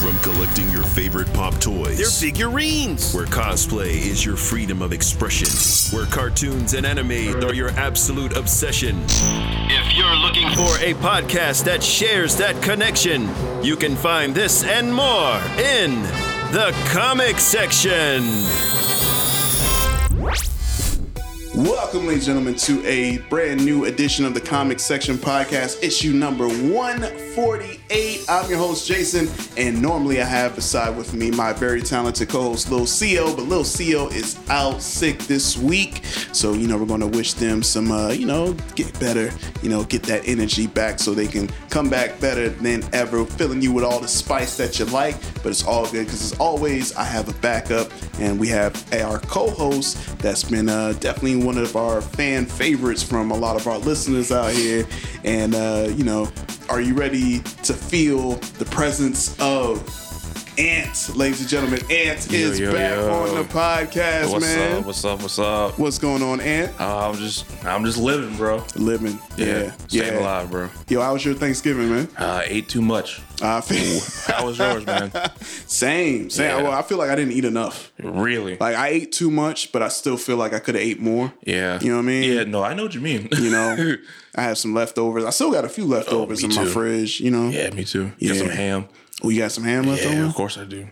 from collecting your favorite pop toys. They're figurines. Where cosplay is your freedom of expression, where cartoons and anime are your absolute obsession. If you're looking For a podcast that shares that connection, you can find this and more in the comic section. Welcome, ladies and gentlemen, to a brand new edition of the Comic Section Podcast, issue number 148. I'm your host, Jason, and normally I have beside with me my very talented co host, Lil CO, but Lil CO is out sick this week. So, you know, we're going to wish them some, uh, you know, get better, you know, get that energy back so they can come back better than ever, filling you with all the spice that you like. But it's all good because, as always, I have a backup, and we have our co host that's been uh, definitely one of our fan favorites from a lot of our listeners out here. And, uh, you know, are you ready to feel the presence of Ant, ladies and gentlemen? Ant Yo, is yo, back yo. on the podcast, What's man. up? What's up? What's up? What's going on, Ant? Uh, I'm just, I'm just living, bro. Living. Yeah. staying alive, bro. Yo, how was your Thanksgiving, man? Uh, ate too much. I feel, How was yours, man? same, same. Yeah. Well, I feel like I didn't eat enough. Really? Like I ate too much, but I still feel like I could have ate more. yeah. You know what I mean? Yeah. No, I know what you mean. You know, I have some leftovers. I still got a few leftovers Oh, me in my too. fridge. You know, yeah, me too. You Yeah. got some ham. oh, you got some ham left Yeah, over? of course I do.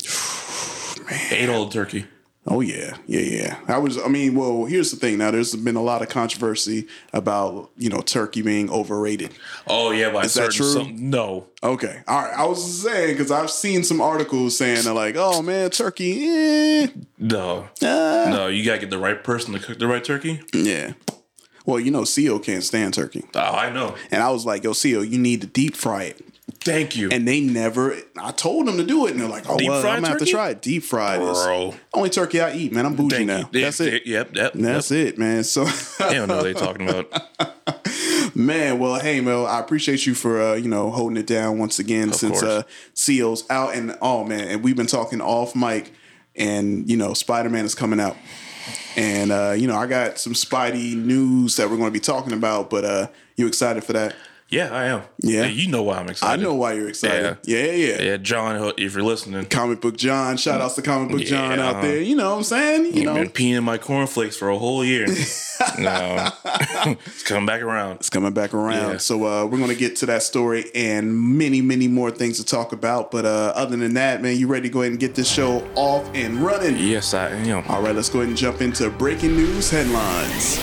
Ate all the turkey. Oh yeah, yeah, yeah. I was. I mean, well, here's the thing. Now, there's been a lot of controversy about you know turkey being overrated. Oh yeah, by Is certain that true? some- no. Okay, all right. I was saying because I've seen some articles saying that like, oh man, turkey. Eh, No. ah. No, you gotta get the right person to cook the right turkey. Yeah. Well, you know, CO can't stand turkey, Oh, I know. and I was like, yo, CO, you need to deep fry it. Thank you. And they never. I told them to do it, and they're like, oh, Deep well, I'm fried gonna have to turkey? try it. Deep fried is bro. only turkey I eat, man. I'm bougie Thank now. you. That's it. Yep. Yep. That's it, man. So. it. They don't know what they talking about. Man, well, hey, Mel, I appreciate you for uh, you know holding it down once again since uh course. CEO's out and oh man, and we've been talking off mic, and you know Spider Man is coming out, and uh, you know I got some Spidey news that we're going to be talking about, but uh, you excited for that? Yeah, I am. Yeah. You know why I'm I excited. know why you're excited. Yeah, yeah. Yeah, John, if you're listening, Comic book John, shout outs to Comic Book John Yeah. Oh, out there. You know what I'm saying? You You've know, been peeing my cornflakes for a whole year. no, it's coming back around. It's coming back around. Yeah. So uh, we're gonna get to that story and many, many more things to talk about. But uh, other than that, man, you ready to go ahead and get this show off and running? Yes, I am. All right, let's go ahead and jump into breaking news headlines.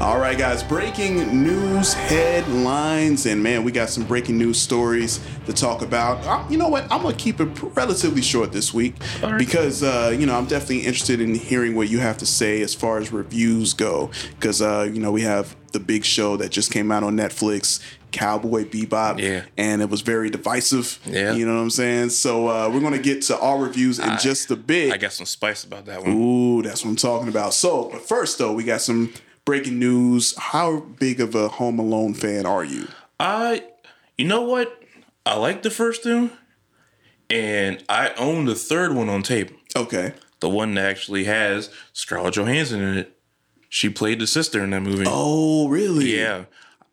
All right, guys, breaking news headlines. And man, we got some breaking news stories to talk about. Uh, you know what? I'm going to keep it relatively short this week because, uh, you know, I'm definitely interested in hearing what you have to say as far as reviews go. Because, uh, you know, we have the big show that just came out on Netflix, Cowboy Bebop. Yeah. And it was very divisive. Yeah. You know what I'm saying? So uh, we're going to get to our reviews in just a bit. I got some spice about that one. Ooh, that's what I'm talking about. So, but first though, we got some breaking news. How big of a Home Alone fan are you? I, you know what? I like the first two, and I own the third one on tape. Okay. The one that actually has Scarlett Johansson in it. She played the sister in that movie. Oh, really? yeah.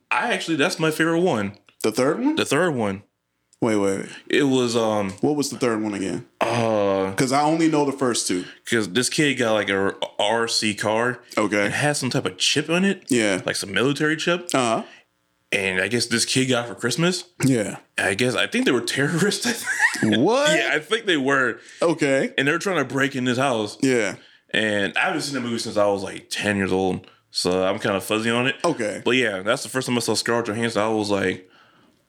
I actually, that's my favorite one. The third one? The third one. Wait, wait. wait. It was um What was the third one again? uh Because I only know the first two. because this kid got like a RC car. Okay. It has some type of chip on it. Yeah. Like some military chip. Uh huh. And I guess this kid got for Christmas. Yeah. I guess I think they were terrorists. I think. What? yeah, I think they were. Okay. And they're trying to break in this house. Yeah. And I haven't seen the movie since I was like 10 years old. So I'm kind of fuzzy on it. Okay. But yeah, that's the first time I saw Scarlett Johansson. I was like,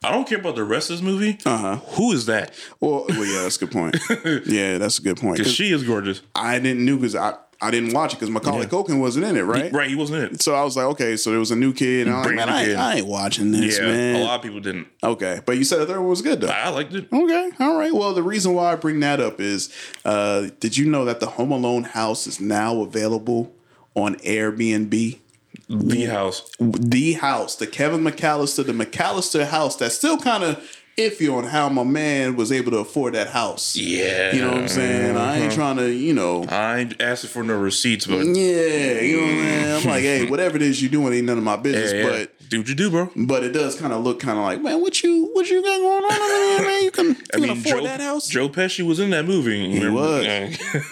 I don't care about the rest of this movie. Uh huh. Who is that? Well, well, yeah, that's a good point. yeah, that's a good point. 'Cause 'Cause she is gorgeous. I didn't knew because I I didn't watch it because Macaulay Culkin wasn't in it, right? Right, he wasn't in it. So I was like, okay, so there was a new kid, and I'm like, man, Brand new I, kid. ain't- I ain't watching this, Yeah, man. a lot of people didn't. Okay, but you said the third one was good though. I liked it. Okay, all right. Well, the reason why I bring that up is, uh, did you know that the Home Alone house is now available on Airbnb? the house. the house, the Kevin McAllister, the McAllister house that's still kind of iffy on how my man was able to afford that house. Yeah. You know what I'm saying? I ain't trying to, you know. I ain't asking for no receipts, but Yeah, you know what I'm saying? I'm like, hey, whatever it is you doing ain't none of my business, yeah, yeah. but do what you do, bro. but it does kind of look kind of like, man, what you what you got going on over there, man? You can, you I can mean, afford Joe, that house? Joe Pesci was in that movie. He was.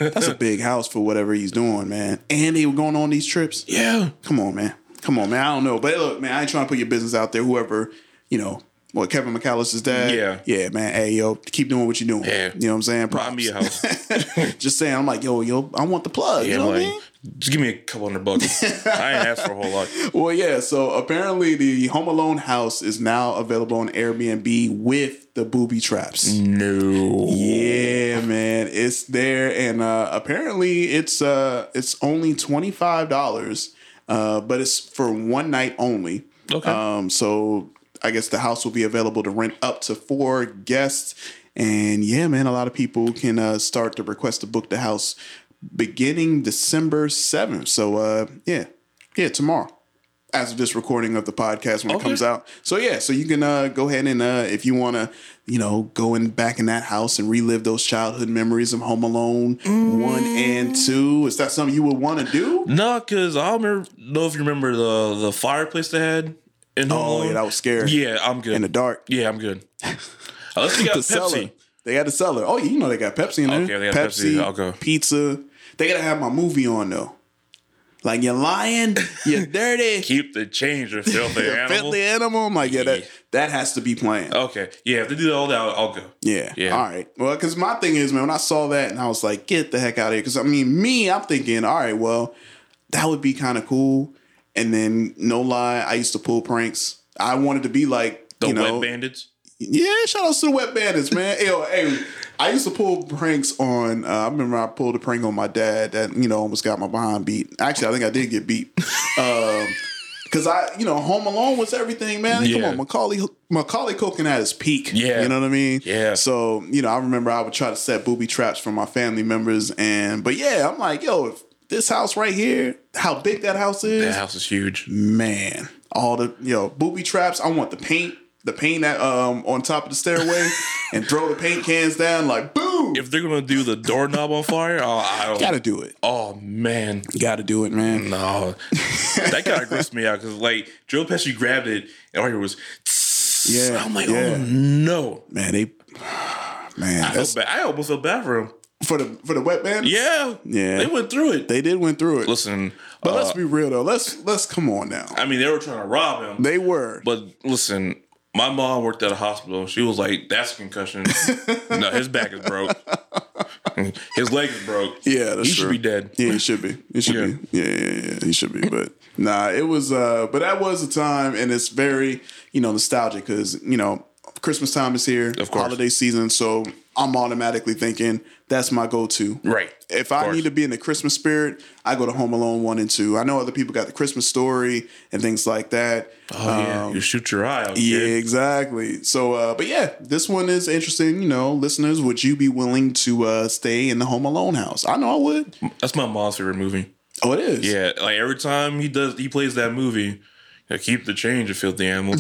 That's a big house for whatever he's doing, man. And they were going on these trips. yeah. Come on, man. Come on, man. I don't know. But look, man, I ain't trying to put your business out there. Whoever, you know, what Kevin McAllister's dad. Yeah. Yeah, man. Hey, yo, keep doing what you're doing. Yeah. You know what I'm saying? Buy me a Props. house. Just saying, I'm like, yo, yo, I want the plug. Yeah, you know what I like, mean? just give me a couple hundred bucks. I ain't asked for a whole lot. Well, yeah. So apparently, the Home Alone house is now available on Airbnb with the booby traps. No. Yeah, man, it's there, and uh, apparently it's uh it's only twenty five dollars, uh, but it's for one night only. Okay. Um, so I guess the house will be available to rent up to four guests, and yeah, man, a lot of people can uh, start to request to book the house beginning December seventh. So uh, yeah, yeah, tomorrow as of this recording of the podcast when it Okay. comes out. So yeah, so you can uh, go ahead and uh, if you want to, you know, go in back in that house and relive those childhood memories of Home Alone Mm. one and two. Is that something you would want to do? No, because I don't remember, know if you remember the the fireplace they had in Home Oh Alone. yeah, that was scary. Yeah, I'm good. in the dark, Yeah, I'm good. Unless you got the Pepsi. cellar. They got the cellar. Oh yeah, you know they got Pepsi in there. Okay, they got Pepsi. Pepsi, Okay. pizza. They gotta have my movie on though. Like you're lying, you're dirty, Keep the change, you filthy you're animal. filthy animal. I'm like, yeah, that that has to be playing. Okay. Yeah, if they do all that, I'll, I'll go. Yeah. Yeah. All right. Well, because my thing is, man, when I saw that and I was like, get the heck out of here. Because I mean, me, I'm thinking, all right, well, that would be kind of cool. And then, no lie, I used to pull pranks. I wanted to be like, The you wet know, bandits. yeah, shout outs to the wet bandits, man. Yo, hey, I used to pull pranks on. Uh, I remember I pulled a prank on my dad that you know almost got my behind beat. Actually, I think I did get beat. Um, Cause I, you know, Home Alone was everything, man. Come Yeah. on, Macaulay Macaulay Culkin at his peak. Yeah. you know what I mean. Yeah. So you know, I remember I would try to set booby traps for my family members, and but yeah, I'm like, yo, if this house right here, how big that house is, That house is huge. Mm. man, all the yo booby traps. I want the paint, the paint that um on top of the stairway, and throw the paint cans down like boom. If they're gonna do the doorknob on fire, oh, I don't. gotta do it. Oh man, Gotta do it, man. no, that kind of grossed me out because like Joe Pesci grabbed it and all I heard was. Yeah, I'm like, yeah. oh no, Man, they man, I, that's felt bad. I almost felt bad for him. for the for the wet band. Yeah, Yeah. they went through it. They did went through it. Listen, but uh, let's be real though. Let's let's come on now. I mean, they were trying to rob him. They were. But listen, my mom worked at a hospital. She was like, "That's a concussion. no, his back is broke. his leg is broke. Yeah, that's he true. should be dead." Yeah, he should be. He should Yeah. be. Yeah, yeah, yeah, he should be. But nah, it was. uh But that was a time, and it's very, you know, nostalgic because you know Christmas time is here, Of course. holiday season. So I'm automatically thinking that's my go-to. Right. If Of I course. need to be in the Christmas spirit, I go to Home Alone one and two. I know other people got the Christmas story and things like that. Uh, Oh yeah, you shoot your eye out. um, Yeah, kid. exactly. So, uh, but yeah, this one is interesting. You know, listeners, would you be willing to uh, stay in the Home Alone house? I know I would. that's my mom's favorite movie. Oh, it is. Yeah, like every time he does, he plays that movie. like, keep the change, you filthy animal.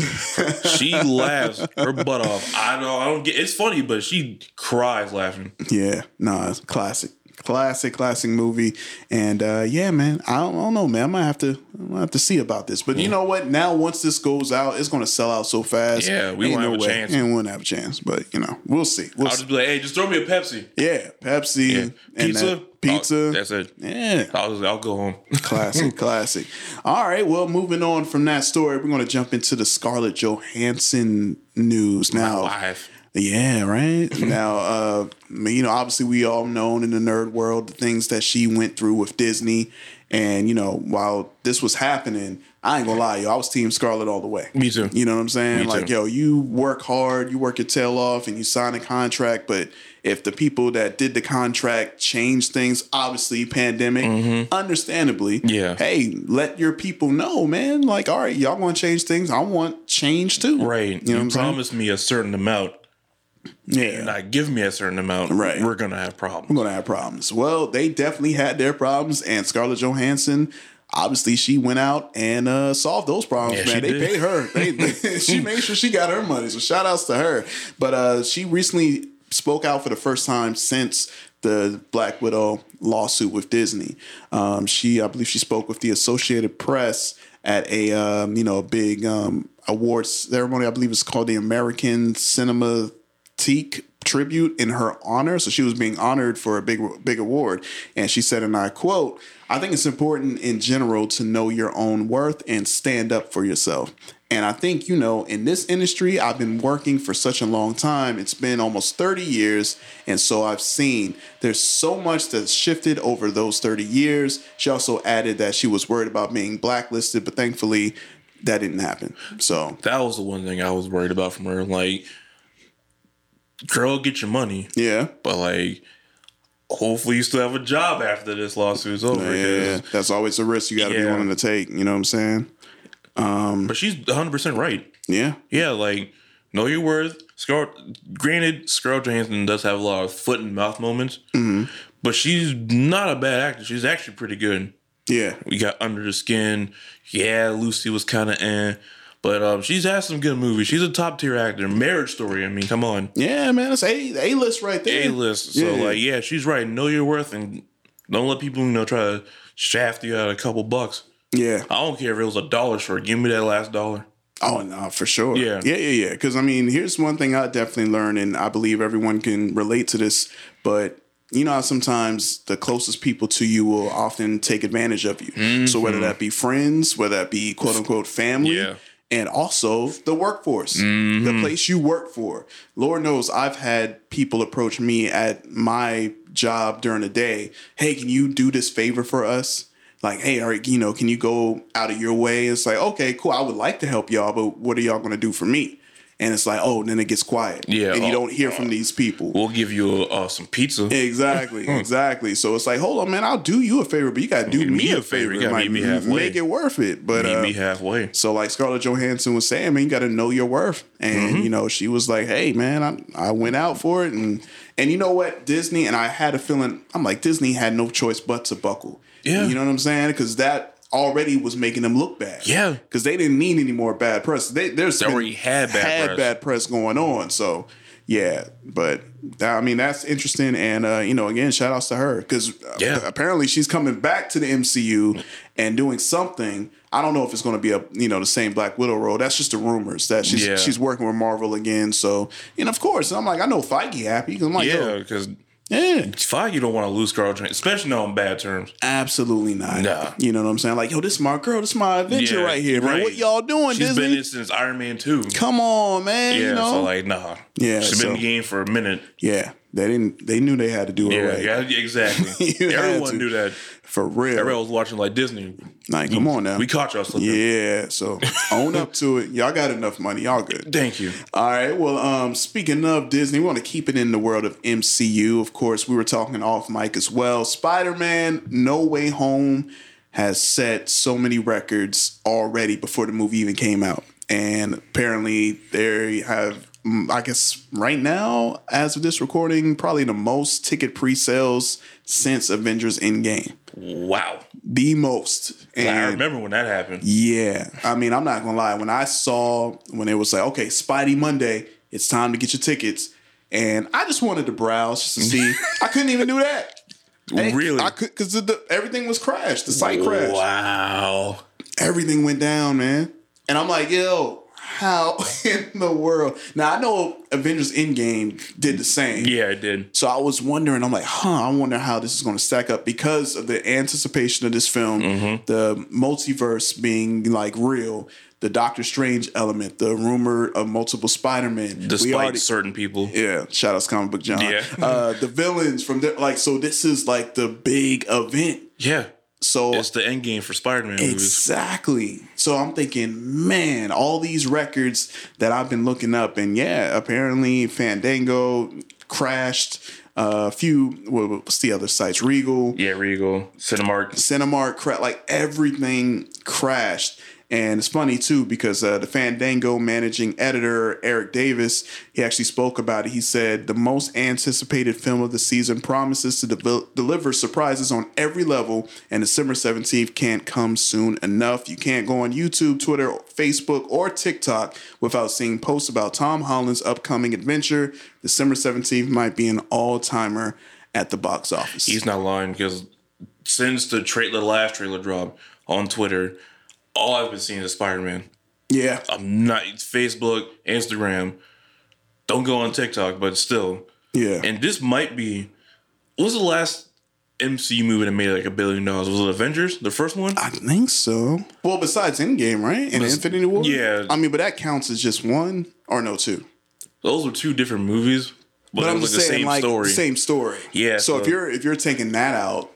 she laughs her butt off. I don't, I don't get. It's funny, but she cries laughing. Yeah, nah, it's classic, classic, classic movie. And uh, yeah, man, I don't, I don't know, man. I might have to, I might have to see about this. But you know what? Now, once this goes out, it's gonna sell out so fast. Yeah, we Ain't won't no have a way. chance. and we won't have a chance. But you know, we'll see. We'll I'll see. just be like, "Hey, just throw me a Pepsi, yeah, Pepsi, Yeah. and that pizza, pizza. Oh, that's it. yeah, I'll just, I'll go home. classic, classic. All right, well, moving on from that story, we're gonna jump into the Scarlett Johansson news now. Live. Yeah, right. now, uh, I mean, you know, obviously we all known in the nerd world the things that she went through with Disney, and you know, while this was happening, I ain't gonna lie, yo, I was Team Scarlet all the way. Me too. You know what I'm saying? Me like, too. yo, you work hard, you work your tail off, and you sign a contract, but if the people that did the contract change things, obviously pandemic, understandably, Mm-hmm. Yeah. Hey, let your people know, man. Like, all right, y'all want to change things? I want change too. Right. You know You, what I'm saying? promised me a certain amount, Yeah. and I give me a certain amount. Right. We're gonna have we're problems. gonna have problems. Well, they definitely had their problems, and Scarlett Johansson obviously she went out and uh, solved those problems, Yeah, man. she They did. paid her. They, they- she made sure she got her money. So shout outs to her. But uh, she recently spoke out for the first time since the Black Widow lawsuit with Disney. Um, she, I believe, she spoke with the Associated Press at a um, you know a big um, awards ceremony. I believe it's called the American Cinema Teak tribute in her honor. So she was being honored for a big big award. And she said, and I quote, I think it's important in general to know your own worth and stand up for yourself. And I think, you know, in this industry, I've been working for such a long time. It's been almost 30 years. And so I've seen there's so much that's shifted over those 30 years. She also added that she was worried about being blacklisted, but thankfully that didn't happen. So, That was the one thing I was worried about from her. Like, girl, get your money. yeah. But like, hopefully you still have a job after this lawsuit's over. 'cause- Yeah, that's always a risk you got to be uh, Yeah. willing to take. You know what I'm saying? But she's 100 percent right. Yeah, Yeah, like know your worth. Scar- granted, Scarlett Johansson does have a lot of foot and mouth moments, Mm-hmm. but she's not a bad actor. She's actually pretty good. yeah, We got Under the Skin. Yeah, Lucy was kind of eh. But um, she's had some good movies. She's a top tier actor. Marriage Story. I mean, come on, yeah, man. That's a a list right there. A list. So Yeah. like, yeah, she's right. Know your worth and don't let people you know try to shaft you out a couple bucks. Yeah. I don't care if it was a dollar short. Give me that last dollar. Oh no, for sure. Yeah. yeah, yeah, yeah. Because I mean, here's one thing I definitely learned, and I believe everyone can relate to this. But you know, how sometimes the closest people to you will often take advantage of you. So whether that be friends, whether that be quote unquote family. Mm-hmm. Yeah. and also the workforce, Mm-hmm. the place you work for. Lord knows I've had people approach me at my job during the day. Hey, can you do this favor for us? Like, hey, all right, you know, can you go out of your way? It's like, okay, cool. I would like to help y'all, but what are y'all going to do for me? And it's like, oh, then it gets quiet. Yeah, And you oh, don't hear from these people. We'll give you uh, some pizza. Exactly, exactly. So it's like, hold on, man, I'll do you a favor, but you gotta do me, a favor. You gotta like, meet me halfway. Make it worth it. But Meet uh, me halfway. so like Scarlett Johansson was saying, man, you got to know your worth, Mm-hmm. and you know she was like, hey man, I I went out for it, and and you know what Disney and I had a feeling I'm like Disney had no choice but to buckle. Yeah. you know what I'm saying? Because that already was making them look bad. Yeah. because they didn't need any more bad press. They there's They been- already had bad press. bad press going on. So yeah, but that, I mean that's interesting, and uh, you know again, shout outs to her because Yeah. apparently she's coming back to the MCU and doing something. I don't know if it's going to be a you know the same Black Widow role. That's just the rumors that she's Yeah. she's working with Marvel again. So and of course I'm like I know Feige happy 'cause I'm like eh, Yeah, yeah because yeah Feige don't want to lose Scarlett Johansson, especially not on bad terms. absolutely not. Nah. You know what I'm saying? Like yo, this is my girl, this is my adventure Yeah, right here, man. What y'all doing, She's Disney? been in since Iron Man 2. Come on, man. yeah, you know? so like, nah. Yeah, She's so- been in the game for a minute. yeah, they didn't. They knew they had to do it Yeah, right. yeah exactly. You had to. Everyone knew that. For real. Everyone was watching like Disney. Like, come on now. We caught y'all slipping. yeah, so own up to it. Y'all got enough money. Y'all good. Thank you. All right. Well, um, speaking of Disney, we want to keep it in the world of MCU. Of course, we were talking off mic as well. Spider Man No Way Home has set so many records already before the movie even came out. And apparently, they have, mm, I guess, right now, as of this recording, probably the most ticket pre sales since Avengers Endgame. Wow. The most. I And- remember when that happened. yeah. I mean, I'm not gonna lie. When I saw when it was like, okay, Spidey Monday, it's time to get your tickets. And I just wanted to browse just to see. I couldn't even do that. Hey, really? I could because everything was crashed. The site crashed. Wow. Everything went down, man. And I'm like, yo, how in the world? Now I know Avengers Endgame did the same. Yeah, it did. So I was wondering, I'm like, huh, I wonder how this is going to stack up because of the anticipation of this film, Mm-hmm. the multiverse being like real, the Doctor Strange element, the rumor of multiple Spider Men. Despite certain people. Yeah, shout outs comic book John. Yeah. uh, the villains from there, like, so this is like the big event. yeah. So It's the end game for Spider Man movies. Exactly. So I'm thinking, man, all these records that I've been looking up, and yeah, apparently Fandango crashed. uh, A few, what- what's the other sites? Regal, Yeah, Regal, Cinemark. Cinemark, cra- like everything crashed. And it's funny too because uh, the Fandango managing editor Eric Davis he actually spoke about it. He said the most anticipated film of the season promises to devel- deliver surprises on every level, and December seventeenth can't come soon enough. You can't go on YouTube, Twitter, Facebook, or TikTok without seeing posts about Tom Holland's upcoming adventure. December seventeenth might be an all timer at the box office. He's not lying because since the tra- the last trailer drop on Twitter, all I've been seeing is Spider Man. yeah, I'm not it's Facebook, Instagram. Don't go on TikTok, but still. yeah. And this might be what was the last MCU movie that made like a billion dollars? Was it Avengers? The first one? I think so. Well, besides Endgame, right? And Infinity War? yeah. I mean, but that counts as just one or no two. Those were two different movies, but, But it I'm was just like the saying, same like story. same story. Yeah, So, if so- you're if you're taking that out,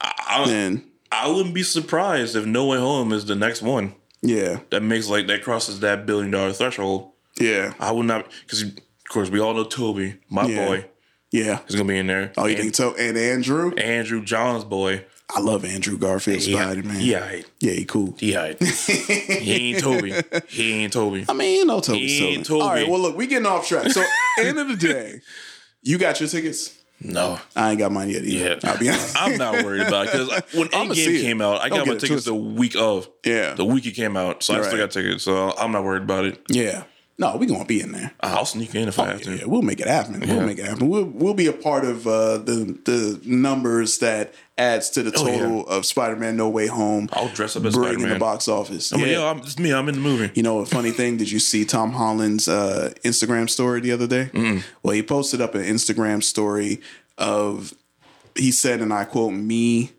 I, then I wouldn't be surprised if No Way Home is the next one yeah, that makes like that crosses that billion dollar threshold. yeah, I would not because of course we all know Toby, my Yeah. boy, yeah. is gonna be in there. Oh, you And think so? And Andrew, Andrew John's boy. I love Andrew Garfield Spider Man. He alright. yeah, he cool. He alright. he ain't Toby. He ain't Toby. I mean, no Toby's He Toby. ain't Toby. All right, well, look, we getting off track. So, end of the day, you got your tickets. No. I ain't got mine yet. Either. Yeah. I'll be honest. I'm not worried about it because when I'ma see Endgame it. came out, I Don't got get my it tickets the week of. Yeah. The week it came out. So I still Right. got tickets. So I'm not worried about it. yeah. No, we gonna be in there. I'll sneak in if I have to. Oh, Yeah, we'll make it happen. We'll make it happen. We'll, we'll be a part of uh, the the numbers that adds to the Oh, yeah. total of Spider Man No Way Home. I'll dress up as bringing Spider-Man. the box office. I'm yeah. like, Oh, yo, I'm, it's me. I'm in the movie. You know, a funny thing, did you see Tom Holland's uh, Instagram story the other day? Well, he posted up an Instagram story of, he said, and I quote, me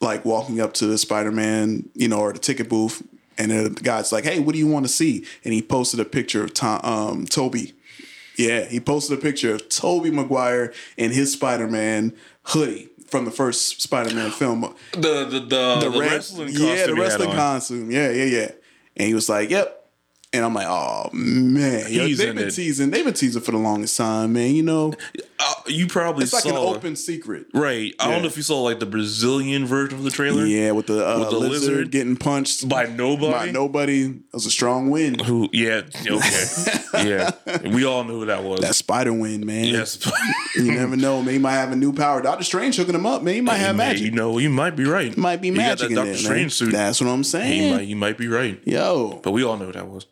like walking up to the Spider Man, you know, or the ticket booth. And then the guy's like, hey, what do you want to see? And he posted a picture of Tom, um, Toby. Yeah, he posted a picture of Toby Maguire in his Spider Man hoodie from the first Spider Man film The the the, the red- wrestling costume. Yeah, the wrestling costume. Yeah, yeah, yeah. And he was like, "Yep." And I'm like, "Oh man, Yo, He's they've in been it. teasing. They've been teasing for the longest time, man. You know, Uh, you probably it's like saw an open secret." Right. I Yeah. don't know if you saw like the Brazilian version of the trailer. Yeah, with the, uh, With the lizard, lizard? getting punched By nobody. by nobody. That was a strong win. Who? Yeah. Okay. yeah. We all knew who that was. That spider win, man. yes. You never know. Man, he might have a new power. Doctor Strange hooking him up, man. He might have Hey, magic. You know, you might be right. might be You got magic that in Doctor there, man. Strange suit. That's what I'm you saying. might, you might be right. Yo, But we all know who that was.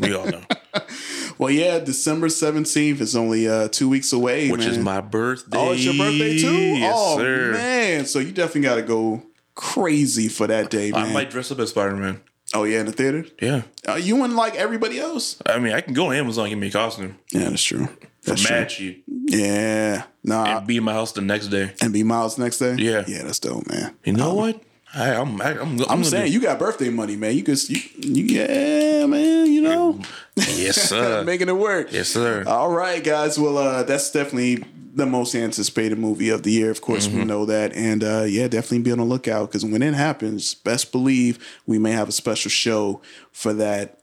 we all know. well, yeah, December 17th is only uh, two weeks away, Which is man. my birthday. Oh, it's your birthday too? Yes, oh sir. man. So you definitely gotta go crazy for that day, I man. might dress up as Spider Man. oh yeah, in the theater? Yeah. Uh, you and like everybody else. I mean, I can go on Amazon and get me a costume Yeah, that's true. for That's mad cheap true. Yeah. Nah. and be in my house the next day. and be Miles next day? Yeah. Yeah, that's dope, man. You know what? I, I'm, I, I'm, I'm saying you got birthday money, man. You could you, you yeah, man, you know. Yes, sir. Making it work. yes, sir. All right, guys. Well, uh, that's definitely the most anticipated movie of the year. Of course, Mm-hmm. we know that. And uh, yeah, definitely be on the lookout because when it happens, best believe we may have a special show for that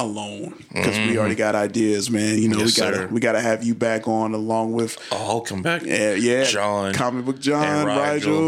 alone because we already got ideas, man. You know, Mm-hmm. Yes, we gotta sir. we gotta have you back on along with Oh, I'll come back. yeah, yeah, John. comic book John, and Rigel.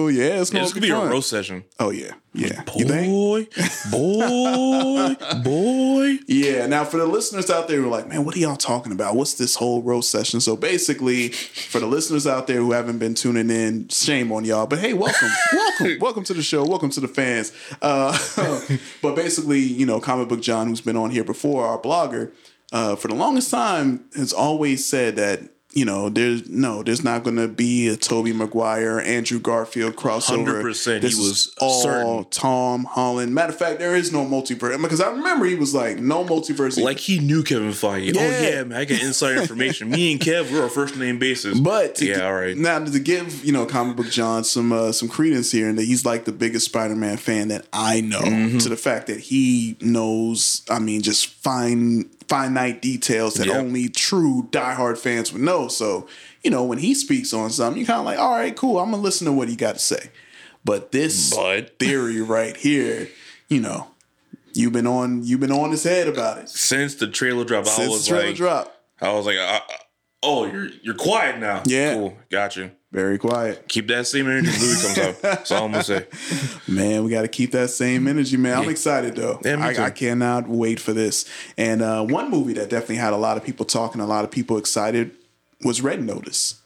Rigel. Yeah, it's gonna, This be, could be fun. a roast session. Oh yeah, yeah. You think? Boy, boy, boy. Yeah. Now, for the listeners out there who are like, man, what are y'all talking about? What's this whole roast session? So basically, for the listeners out there who haven't been tuning in, shame on y'all. But hey, welcome, welcome, welcome to the show. Welcome to the fans. Uh, but basically, you know, comic book John, who's been on here before, our blogger, uh, for the longest time, has always said that. You know, there's no, there's not going to be a Toby Maguire, Andrew Garfield crossover. 100% he This is was all certain. Tom Holland. Matter of fact, there is no multiverse because I remember he was like, "No multiverse." Like he knew Kevin Feige. Yeah. Oh yeah, man, I get inside information. Me and Kev, we're on first name basis. but to- yeah, all right. Now to give you know comic book John some uh, some credence here, and that he's like the biggest Spider Man fan that I know. Mm-hmm. To the fact that he knows, I mean, just fine finite details that Yeah. only true diehard fans would know. So you know when he speaks on something, you kind of like, "All right, cool, I'm gonna listen to what he got to say." But this But- theory right here, you know, you've been on you've been on his head about it Since the trailer drop, I since the was trailer like, dropped. I was like, I, oh, you're you're quiet now. Yeah. Cool. Gotcha. Very quiet. Keep that same energy when the movie comes out. That's all I'm gonna say. Man, we got to keep that same energy, man. I'm excited though. Yeah, me too. I, I cannot wait for this. And uh, one movie that definitely had a lot of people talking, a lot of people excited, was Red Notice.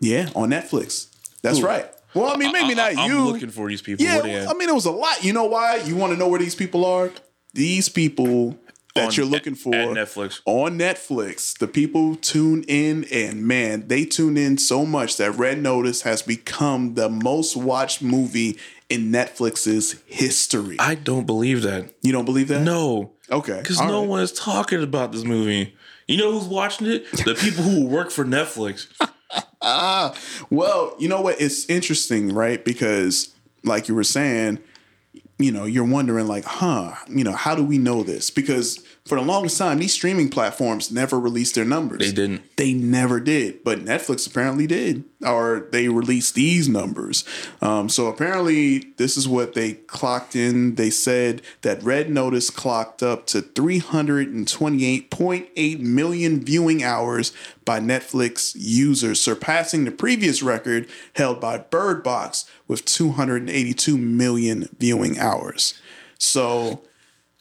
Yeah, on Netflix. That's right. Well, I mean, maybe not I, am you. looking for these people. yeah, Where they at? I mean, it was a lot. You know why? You want to know where these people are? These people that On- you're looking at- for at Netflix. on Netflix. The people tune in, and man, they tune in so much that Red Notice has become the most watched movie in Netflix's history. I don't believe that. you don't believe that? No. Okay. Because all no right. one is talking about this movie. You know who's watching it? The people who work for Netflix. Well, you know what? It's interesting, right? Because, like you were saying, you know, you're wondering, like, huh, you know, how do we know this? Because for the longest time, these streaming platforms never released their numbers. They didn't. They never did, but Netflix apparently did, or they released these numbers. Um, so apparently, this is what they clocked in. They said that Red Notice clocked up to 328.8 million viewing hours by Netflix users, surpassing the previous record held by Bird Box with 282 million viewing hours. So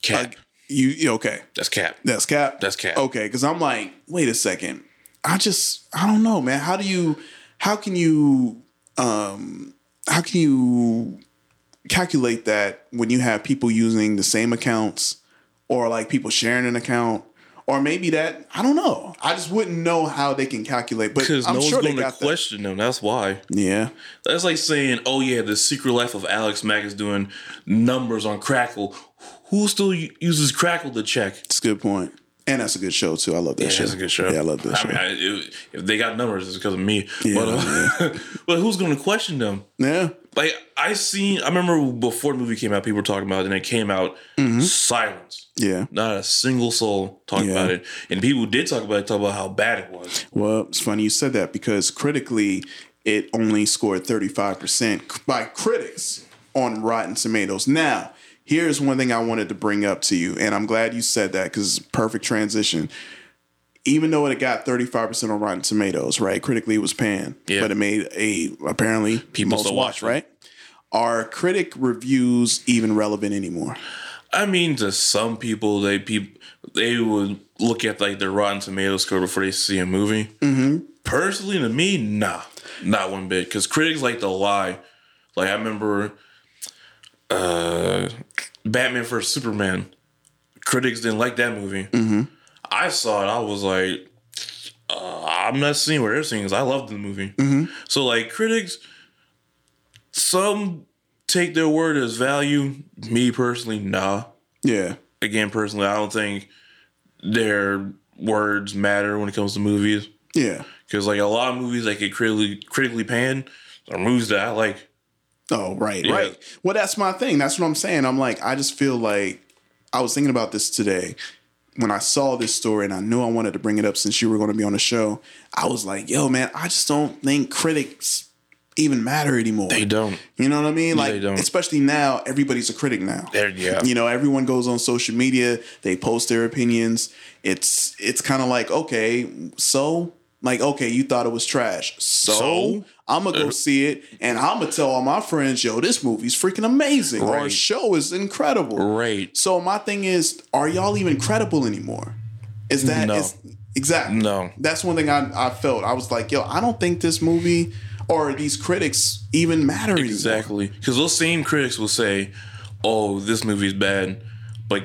Cap. you you- okay? That's cap. That's cap. That's cap. Okay, because I'm like, wait a second. I just I don't know, man. How do you how can you um how can you calculate that when you have people using the same accounts or like people sharing an account? Or maybe that I don't know. I just wouldn't know how they can calculate, but Because I'm no one's sure they going to got that. question them. That's why. Yeah, That's like saying, "Oh yeah, the Secret Life of Alex Mack is doing numbers on Crackle." Who still u- uses Crackle to check? it's a good point, and that's a good show too. I love that Yeah, show. that's a good show. Yeah, I love that I show. mean, I, it, if they got numbers, it's because of me. Yeah, but, uh, but who's going to question them? yeah, Like I seen, I remember before the movie came out, people were talking about it, and it came out Mm-hmm. silence. yeah. Not a single soul talked Yeah. about it, and people did talk about it, talk about how bad it was. Well, it's funny you said that because critically, it only scored 35% by critics on Rotten Tomatoes. Now, here's one thing I wanted to bring up to you, and I'm glad you said that because it's a perfect transition. Even though it got 35% on Rotten Tomatoes, right? Critically, it was panned, Yeah. but it made a apparently People most still watch, watch it. right? Are critic reviews even relevant anymore? I mean, to some people, they people they would look at like the Rotten Tomatoes score before they see a movie. Mm-hmm. Personally, to me, nah, not one bit. Because critics like to lie. Like I remember, uh, Batman vs Superman. Critics didn't like that movie. I saw it. I was like, uh, I'm not seeing what they're seeing. 'cause I loved the movie. So like critics, some take their word as value. Me personally, nah Yeah. again personally i don't think their words matter when it comes to movies Yeah. because like a lot of movies that get critically critically panned are movies that i like Oh, right, Yeah. right. Well, that's my thing. That's what I'm saying. I'm like, I just feel like I was thinking about this today when I saw this story and I knew I wanted to bring it up since you were going to be on the show. I was like, yo, man, I just don't think critics even matter anymore. they don't You know what I mean? they Like, don't. especially now, everybody's a critic now. There- yeah. You know, everyone goes on social media. They post their opinions. It's it's kind of like okay, so like okay, you thought it was trash, so, So? Uh-huh. I'm gonna go see it and I'm gonna tell all my friends, yo, this movie's freaking amazing. Our Right. show is incredible. Right. So my thing is, are y'all even credible anymore? Is that No. is- exactly No. that's one thing I, I felt. I was like, yo, I don't think this movie or these critics even matter anymore. exactly because those same critics will say oh this movie's bad but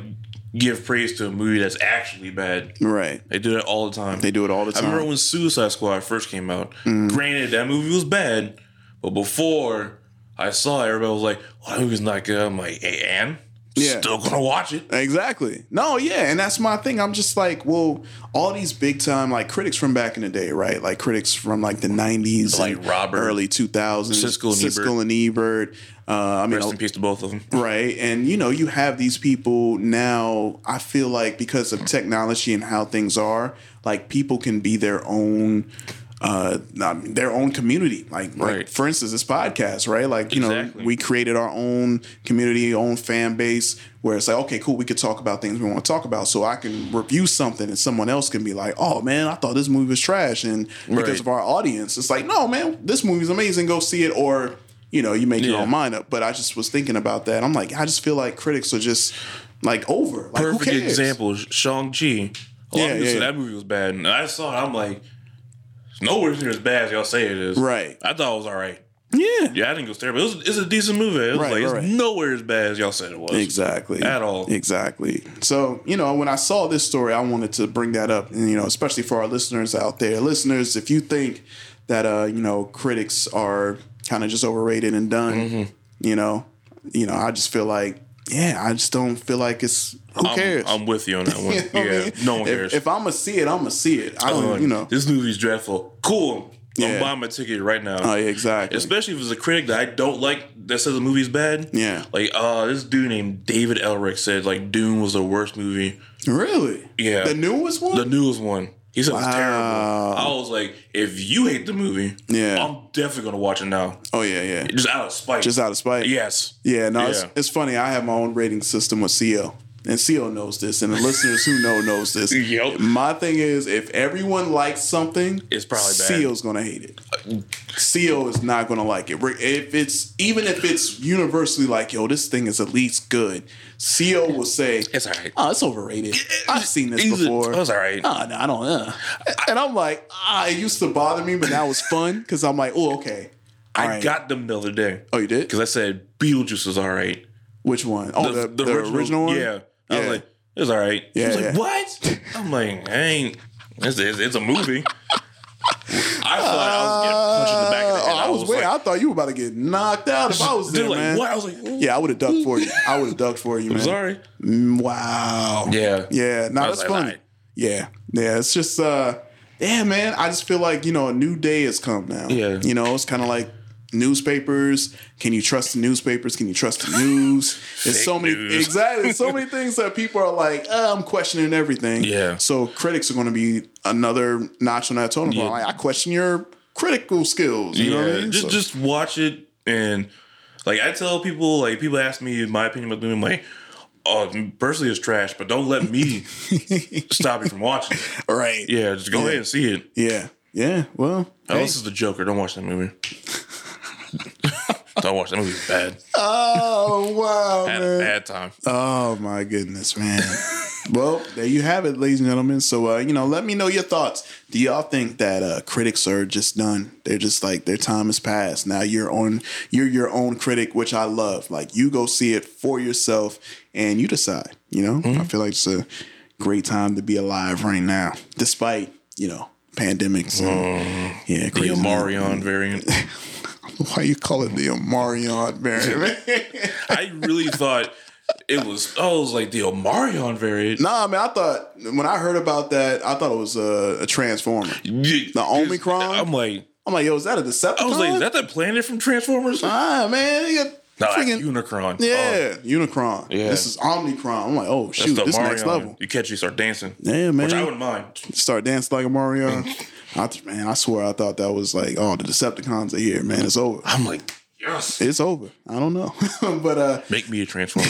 give praise to a movie that's actually bad Right. they do that all the time They do it all the I time. Mm-hmm. remember when Suicide Squad first came out. Granted, that movie was bad, but before I saw it, everybody was like, "Oh, that movie's not good." I'm like, "Hey, and Yeah. still gonna watch it." Exactly. No, yeah, and that's my thing. I'm just like, well, all these big time like critics from back in the day, right? Like critics from like the '90s, Like and Robert, early 2000s, Siskel and Siskel and Ebert. Uh, I mean, Rest in peace to both of them. right? And you know, you have these people now. I feel like because of technology and how things are, like people can be their own uh, I mean, their own community. Like, like, Right. for instance, this podcast, right? Like, you Exactly. know, we created our own community, own fan base, where it's like, okay, cool, we could talk about things we want to talk about. So I can review something, and someone else can be like, oh man, I thought this movie was trash, and because Right. of our audience, it's like, no man, this movie's amazing. Go see it, or you know, you make your Yeah. own mind up. But I just was thinking about that. I'm like, I just feel like critics are just like over. Like, who Perfect cares? example, Oh, Shang Chi. A lot Yeah, of people yeah. said that movie was bad, and I saw it. I'm like, it's nowhere near as bad as y'all say it is. Right. I thought it was all right. Yeah. Yeah, I didn't go stare, but it was, it's a decent movie. It was Right, like it's right, right. nowhere as bad as y'all said it was. Exactly. At all. Exactly. So, you know, when I saw this story, I wanted to bring that up, and, you know, especially for our listeners out there. Listeners, if you think that, uh, you know, critics are kind of just overrated and done, Mm-hmm. you know, you know, I just feel like, yeah, I just don't feel like it's, who I'm, cares? I'm with you on that one. You know what I yeah, mean? no one if, cares. Oh, If I'm going to see it, I'm going to see it. I don't, Like, you know. this movie's dreadful. Cool. Yeah. I'm buying my ticket right now. Oh, yeah, exactly. Especially if it's a critic that I don't like that says the movie's bad. Yeah. Like, uh, this dude named David Elric said like Dune was the worst movie. Really? Yeah. The newest one? The newest one. He said it was terrible. Wow. I was like, if you hate the movie, Yeah. I'm definitely gonna watch it now. oh, yeah, yeah. Just out of spite. Just out of spite. Yes. Yeah, no, It's, Yeah. it's funny. I have my own rating system with CO, and CO knows this, and the listeners who know knows this. Yep. My thing is, if everyone likes something, It's probably bad. Uh, mm. CO's gonna hate it. CO is not gonna like it. Re- If it's even if it's universally like, yo, this thing is at least good. CO will say, It's all right. Oh, it's overrated. I've seen this He's a- before. it's all right. Oh, no, I don't. Uh. And I'm like, ah, it used to bother me, but now it's fun because I'm like, oh, okay. I All right. got them the other day. Oh, you did? Because I said Beetlejuice was all right. Which one? Oh, the, the, original, one. Yeah. I was Yeah. like, it was all right. Yeah, she was yeah. like, what? I'm like, I ain't. It's, it's, it's a movie. I thought I was getting punched in the back of the Uh, head. oh, I was, waiting. like, I thought you were about to get knocked out if I was Dude, there, like, man. what? I was like, ooh, Yeah, I would have ducked for you. I would have ducked for you, man. I'm sorry. Mm, Wow. Yeah. Yeah. No, I was that's like, funny. alright. Yeah. Yeah. It's just, uh, yeah, man. I just feel like you know a new day has come now. Yeah. You know, it's kind of like newspapers. Can you trust the newspapers? Can you trust the news? There's so Fake many news. exactly so many things that people are like, uh, I'm questioning everything. Yeah. So critics are going to be another notch on that totem pole. Yeah. Like, I question your critical skills. You know what I Yeah, mean? Just So- just watch it and like I tell people, like people ask me my opinion about the movie, I'm like, oh, personally it's trash, but don't let me stop you from watching. it. right. Yeah, just go ahead and see it. Yeah. Yeah. Well. hey. Unless it's the Joker, don't watch that movie. don't watch that movie. It's bad. Oh wow, Had man. a bad time. Oh my goodness, man. well, there you have it, ladies and gentlemen. So, uh, you know, let me know your thoughts. Do y'all think that uh, critics are just done? They're just like their time has passed. Now you're on, you're your own critic, which I love. Like you go see it for yourself and you decide. You know, Mm-hmm. I feel like it's a great time to be alive right now, despite you know pandemics. And, yeah, Mm-hmm. the crazy. Omarion variant. Why you call it the Omarion variant? I really thought it was. Oh, it was like the Omarion variant. Nah, man. I thought when I heard about that, I thought it was a, a transformer. the Omicron? I'm like, I'm like, yo, is that a Decepticon? I was like, Oh, is that the planet from Transformers? No, ah, man, you got that's freaking Unicron. Oh, yeah, Unicron. Yeah. This is Omnicron. I'm like, oh that's shoot, the this next Omarion. level. You catch, you start dancing. Yeah, man. Which I wouldn't mind. Start dancing like a Mario. I th- man, I swear I thought that was like, oh, the Decepticons are here, man. It's over. I'm like, yes. It's over. I don't know, but uh, Make me a Transformer.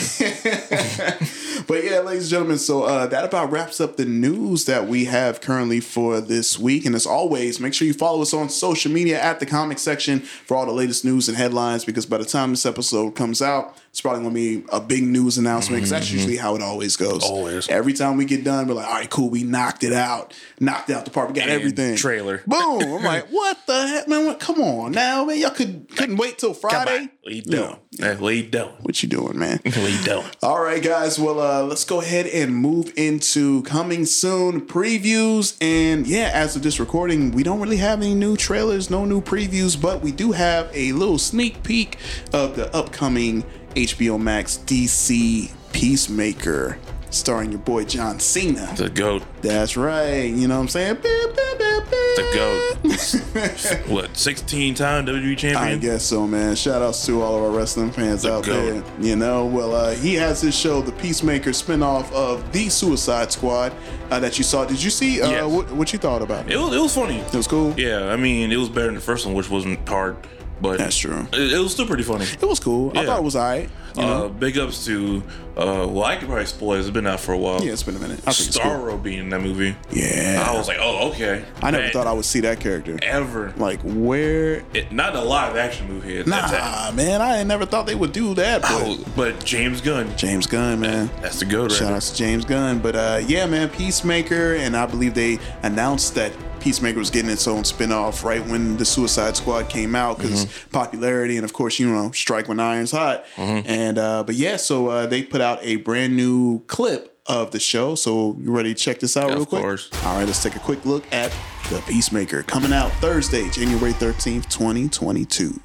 But yeah, ladies and gentlemen, so uh, that about wraps up the news that we have currently for this week. And as always, make sure you follow us on social media at the comic section for all the latest news and headlines because by the time this episode comes out, it's probably going to be a big news announcement because that's usually how it always goes. Mm-hmm. Always. Every time we get done, we're like, all right, cool, we knocked it out. Knocked out the part. We got everything. trailer. Boom. I'm like, what the heck, man? What? Come on now, man. Y'all could, couldn't wait till Come Friday? on. What you doing? No. Hey, What you doing? What you doing, man? What you doing? All right, guys. Well, uh, let's go ahead and move into coming soon previews. And yeah, as of this recording, we don't really have any new trailers, no new previews, but we do have a little sneak peek of the upcoming HBO Max DC Peacemaker starring your boy John Cena. The goat. That's right. You know what I'm saying? Beep, beep, beep, beep. The goat. what? Sixteen time WWE I champion. guess so, man. Shout outs to all of our wrestling fans out there. goat. You know, well, uh, he has his show, The Peacemaker, spinoff of The Suicide Squad uh, that you saw. Did you see? Uh, Yes. what, what you thought about it? It was, it was funny. It was cool. Yeah, I mean, it was better than the first one, which wasn't hard, but That's true. It, it was still pretty funny. It was cool. I Yeah. thought it was alright. You know? Uh, big ups to, uh, well, I could probably spoil. it, It's been out for a while. yeah, it's been a minute. I think it's cool. Starro being in that movie. Yeah. I was like, oh, okay. I never Man, thought I would see that character. ever. Like where? It, not a live action movie. It- Oh. that's Nah, man. I ain't never thought they would do that. But it. but James Gunn, James Gunn, man. that's the goat. Right Shout there. out to James Gunn. But uh, yeah, man, Peacemaker, and I believe they announced that Peacemaker was getting its own spinoff right when the Suicide Squad came out because Mm-hmm. popularity and of course you know strike when iron's hot. And uh, but yeah, so uh, they put out a brand new clip of the show. So you ready to check this out real Of quick? course. All right, let's take a quick look at the Peacemaker coming out Thursday, January thirteenth, twenty twenty two.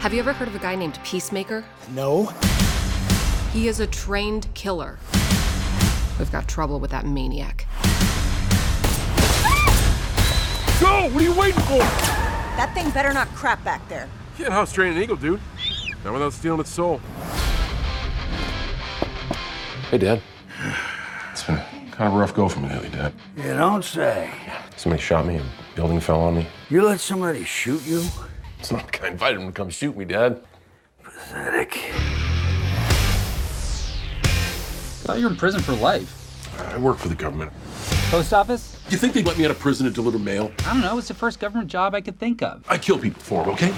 Have you ever heard of a guy named Peacemaker? No. He is a trained killer. We've got trouble with that maniac. Go! What are you waiting for? That thing better not crap back there. Can't house train an eagle, dude. Not without stealing its soul. Hey, Dad. It's been kind of a rough go for me lately, Dad. You don't say. Somebody shot me, a building fell on me. You let somebody shoot you? It's not like I invited him to come shoot me, Dad. Pathetic. thought you were in prison for life. I work for the government. Post office? You think they'd let me out of prison to deliver mail? I don't know. It's the first government job I could think of. I kill people for them, okay?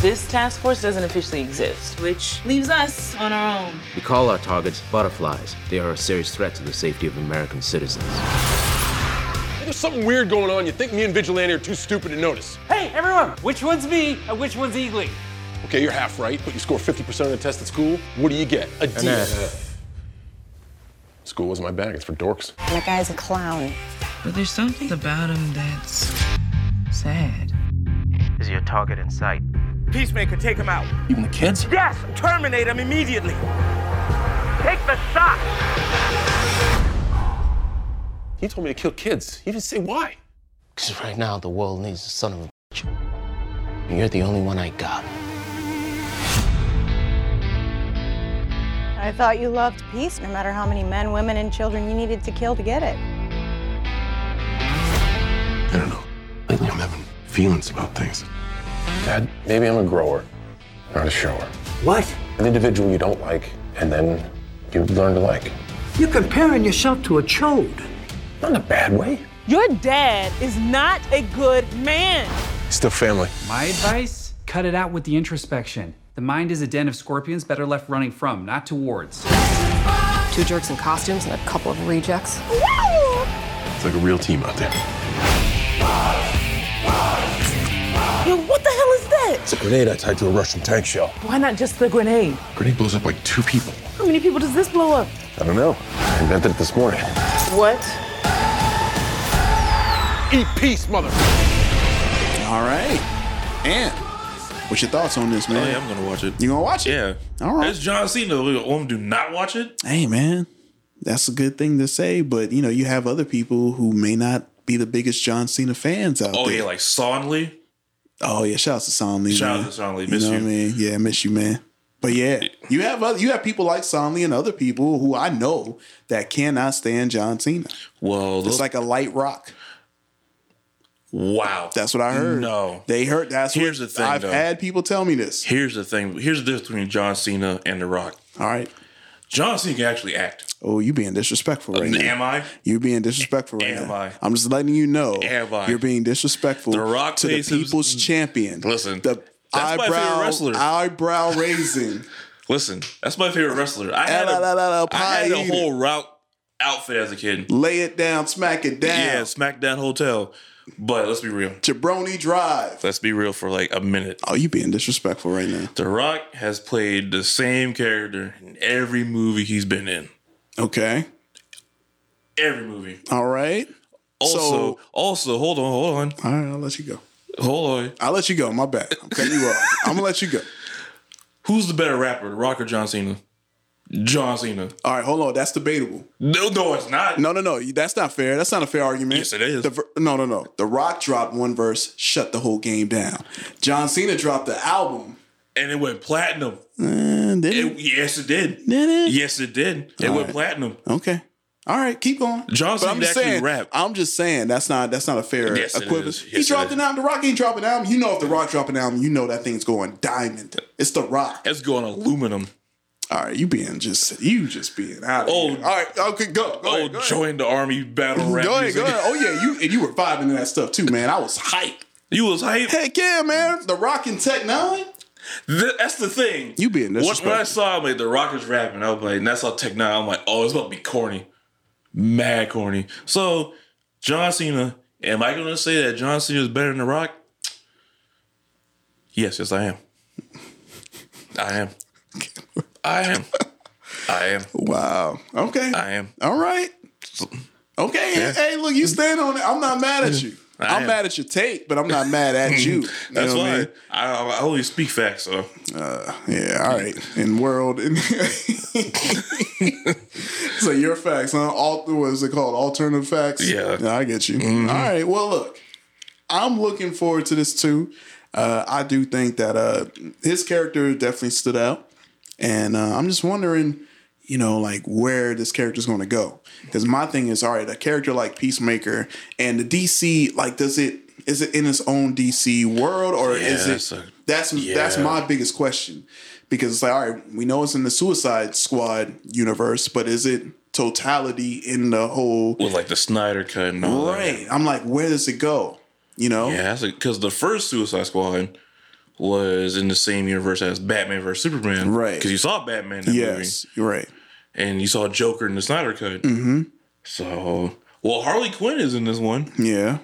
This task force doesn't officially exist, which leaves us on our own. We call our targets butterflies. They are a serious threat to the safety of American citizens. There's something weird going on. You think me and Vigilante are too stupid to notice. Hey, everyone! Which one's me and which one's Eagly? Okay, you're half right, but you score 50% on the test at school. What do you get? A D. School was my bag. It's for dorks. That guy's a clown. But there's something about him that's sad. Is your target in sight? Peacemaker, take him out. Even the kids? Yes, terminate him immediately. Take the shot. He told me to kill kids. He didn't say why. Because right now the world needs a son of a bitch. And you're the only one I got. I thought you loved peace, no matter how many men, women, and children you needed to kill to get it. I don't know. Lately, I'm having feelings about things. Dad, maybe I'm a grower, not a shower. What? An individual you don't like, and then you learn to like. You're comparing yourself to a chode. Not in a bad way. Your dad is not a good man. Still family. My advice? Cut it out with the introspection. The mind is a den of scorpions better left running from, not towards. Two jerks in costumes and a couple of rejects. It's like a real team out there. Yo, what the hell is that? It's a grenade I tied to a Russian tank shell. Why not just the grenade? Grenade blows up like two people. How many people does this blow up? I don't know. I invented it this morning. What? Eat peace, mother. All right, and what's your thoughts on this, Oh, man? yeah, I'm gonna watch it. You gonna watch it? Yeah. All right. That's John Cena. Like, Oh, do not watch it. hey man that's a good thing to say but you know you have other people who may not be the biggest john cena fans out Oh there yeah, like Sonley. oh yeah shout out to son lee Shout out man. to Son Lee. you Miss know you. what i mean yeah I miss you man but yeah you have other you have people like son lee and other people who i know that cannot stand john cena Well, it's like a light rock wow. that's what i heard No. they heard that's Here's what the thing, i've though. had people tell me this Here's the thing. Here's the difference between John Cena and The Rock. all right John Cena can actually act. oh you being disrespectful right now Am I? You being disrespectful right Am now. I? am just letting you know. Am I? You're being disrespectful The Rock to the faces- people's champion. Listen, the that's my favorite eyebrow wrestler. eyebrow raising. Listen, that's my favorite wrestler. I had a, la, la, la, la, I had pie a eater. whole route outfit as a kid. Lay it down, smack it down. Yeah, SmackDown Hotel. But let's be real. Jabroni drive. Let's be real for like a minute. Oh, you being disrespectful right now. The Rock has played the same character in every movie he's been in. Okay. Every movie. All right. Also, So- also, hold on, hold on, All right, I'll let you go. hold on. I'll let you go. My bad. I'm cutting you off. I'm gonna let you go. Who's the better rapper, The Rock or John Cena? John Cena. All right, hold on. That's debatable. No, no, it's not. No, no, no. That's not fair. That's not a fair argument. Yes, it is. The ver- no, no, no. The Rock dropped one verse, shut the whole game down. John Cena dropped the album. And it went platinum. Uh, did It- yes, it did. Did it? Yes, it did. It All went right. platinum. Okay. All right, keep going. John But I'm Cena just actually saying, rap. I'm just saying that's not that's not a fair Yes, it equivalence. is. Yes, he it dropped is. an album. The Rock ain't dropping an album. You know if the Rock dropping an album, you know that thing's going diamond. It's the Rock. It's going aluminum. All right, you being just you just being out. Of Oh. here. all right, okay, go. go, Oh, ahead, go ahead. join the army battle rap. Go ahead, music. go ahead. Oh yeah, you and you were vibing to that stuff too, man. I was hyped. You was hype. Heck yeah, man. The Rock and Tech Nine. Th- that's the thing. You being When- When I disrespectful. saw I'm like the Rockers rapping, I was like, and that's how Tech Nine. I'm like, oh, it's about to be corny, mad corny. So John Cena, am I going to say that John Cena is better than the Rock? Yes, yes, I am. I am. I am. I am. Wow. Okay. I am. All right. Okay. Yeah. Hey, look, you stand on it. I'm not mad at you. I I'm am. mad at your take, but I'm not mad at you. You That's know what why I I, mean? I, only speak facts. So Yeah, all right. In world, in so your facts, huh? All what is it called? Alternative facts. Yeah. Mm-hmm. I get you. All right. Well, look, I'm looking forward to this too. Uh, I do think that uh, his character definitely stood out, and uh, I'm just wondering, you know, like where this character's going to go. Because my thing is, all right, a character like Peacemaker and the DC, like, does it? Is it in its own DC world, or is Yeah, it? that's a- That's that's Yeah. my biggest question because it's like, all right, we know it's in the Suicide Squad universe, but is it totality in the whole? with like the Snyder cut and all that. Right. I'm like, where does it go? You know? Yeah, that's because the first Suicide Squad was in the same universe as Batman versus Superman, Right. Because you saw Batman in that Yes, you're right. movie, and you saw Joker in the Snyder Cut. Mm-hmm. So, well, Harley Quinn is in this one, Yeah.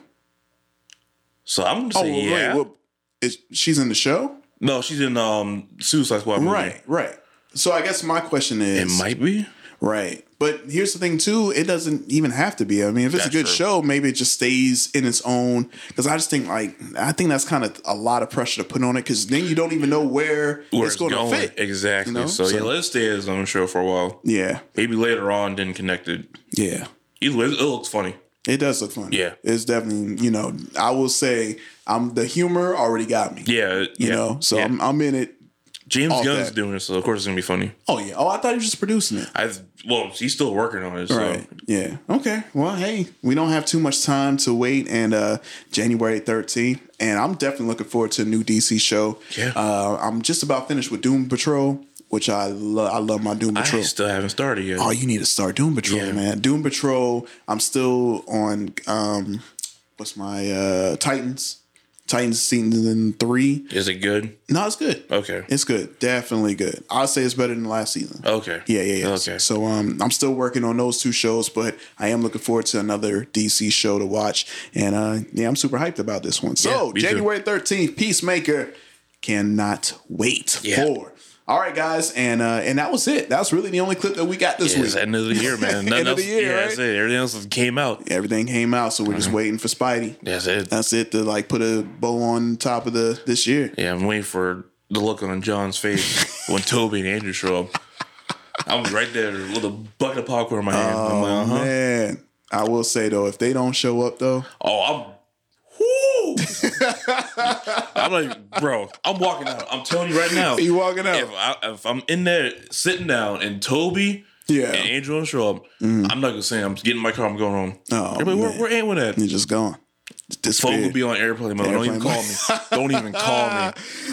so I'm gonna Oh, say well, yeah. right. Well, is, she's in the show, no, she's in um Suicide Squad, movie. right? Right. So I guess my question It is, might be. right? But here's the thing too: it doesn't even have to be. I mean, if it's That's a good true. show, maybe it just stays in its own. Because I just think like I think that's kind of a lot of pressure to put on it. Because then you don't even know where, Where it's, going to fit. exactly? you know? So, yeah, So- let's stay as on show for a while. Yeah, Maybe later on, then connected. yeah. Either way, it looks funny. It does look funny. Yeah. it's definitely you know I will say I'm the humor already got me. Yeah, you yeah, know, so yeah. I'm, I'm in it. James all Gunn's that. doing it, so of course it's gonna be funny. Oh yeah. Oh, I thought he was just producing it. I well, he's still working on it. So. Right. Yeah. Okay. Well, hey, we don't have too much time to wait, and uh, January 13th, and I'm definitely looking forward to a new DC show. Yeah. Uh, I'm just about finished with Doom Patrol, which I love. I love my Doom I Patrol. still haven't started yet. oh, you need to start Doom Patrol, Yeah. man. Doom Patrol. I'm still on. Um, what's my uh, Titans? Titans season three. Is it good? No, it's good. Okay. It's good. Definitely good. I'll say it's better than last season. Okay. Yeah, yeah, yeah. Okay. So um, I'm still working on those two shows, but I am looking forward to another DC show to watch. And uh, yeah, I'm super hyped about this one. So Yeah, me too. January 13th, Peacemaker. Cannot wait Yeah. for. All right, guys, and uh, and that was it. That was really the only clip that we got this Yeah, week. it's end of the year, man. Nothing End of else, the year, yeah, right? that's it. Everything else came out. Everything came out, so we're Mm-hmm. just waiting for Spidey. That's it. That's it to like put a bow on top of the this year. yeah, I'm waiting for the look on John's face when Toby and Andrew show up. I'm right there with a bucket of popcorn in my hand. I'm like, Oh, uh-huh. Man, I will say though, if they don't show up though, Oh, I'm. Whoo! I'm like, bro, I'm walking out. I'm telling you right now. You walking out. If, I, if I'm in there sitting down and Toby Yeah. Mm. and Andrew don't show up, I'm not gonna say I'm getting in my car. I'm going home. Oh, Everybody, where, man. where Ant went at? you're just gone. Just Phone will disappeared. be on airplane mode. Don't even call Airplane me. Don't even call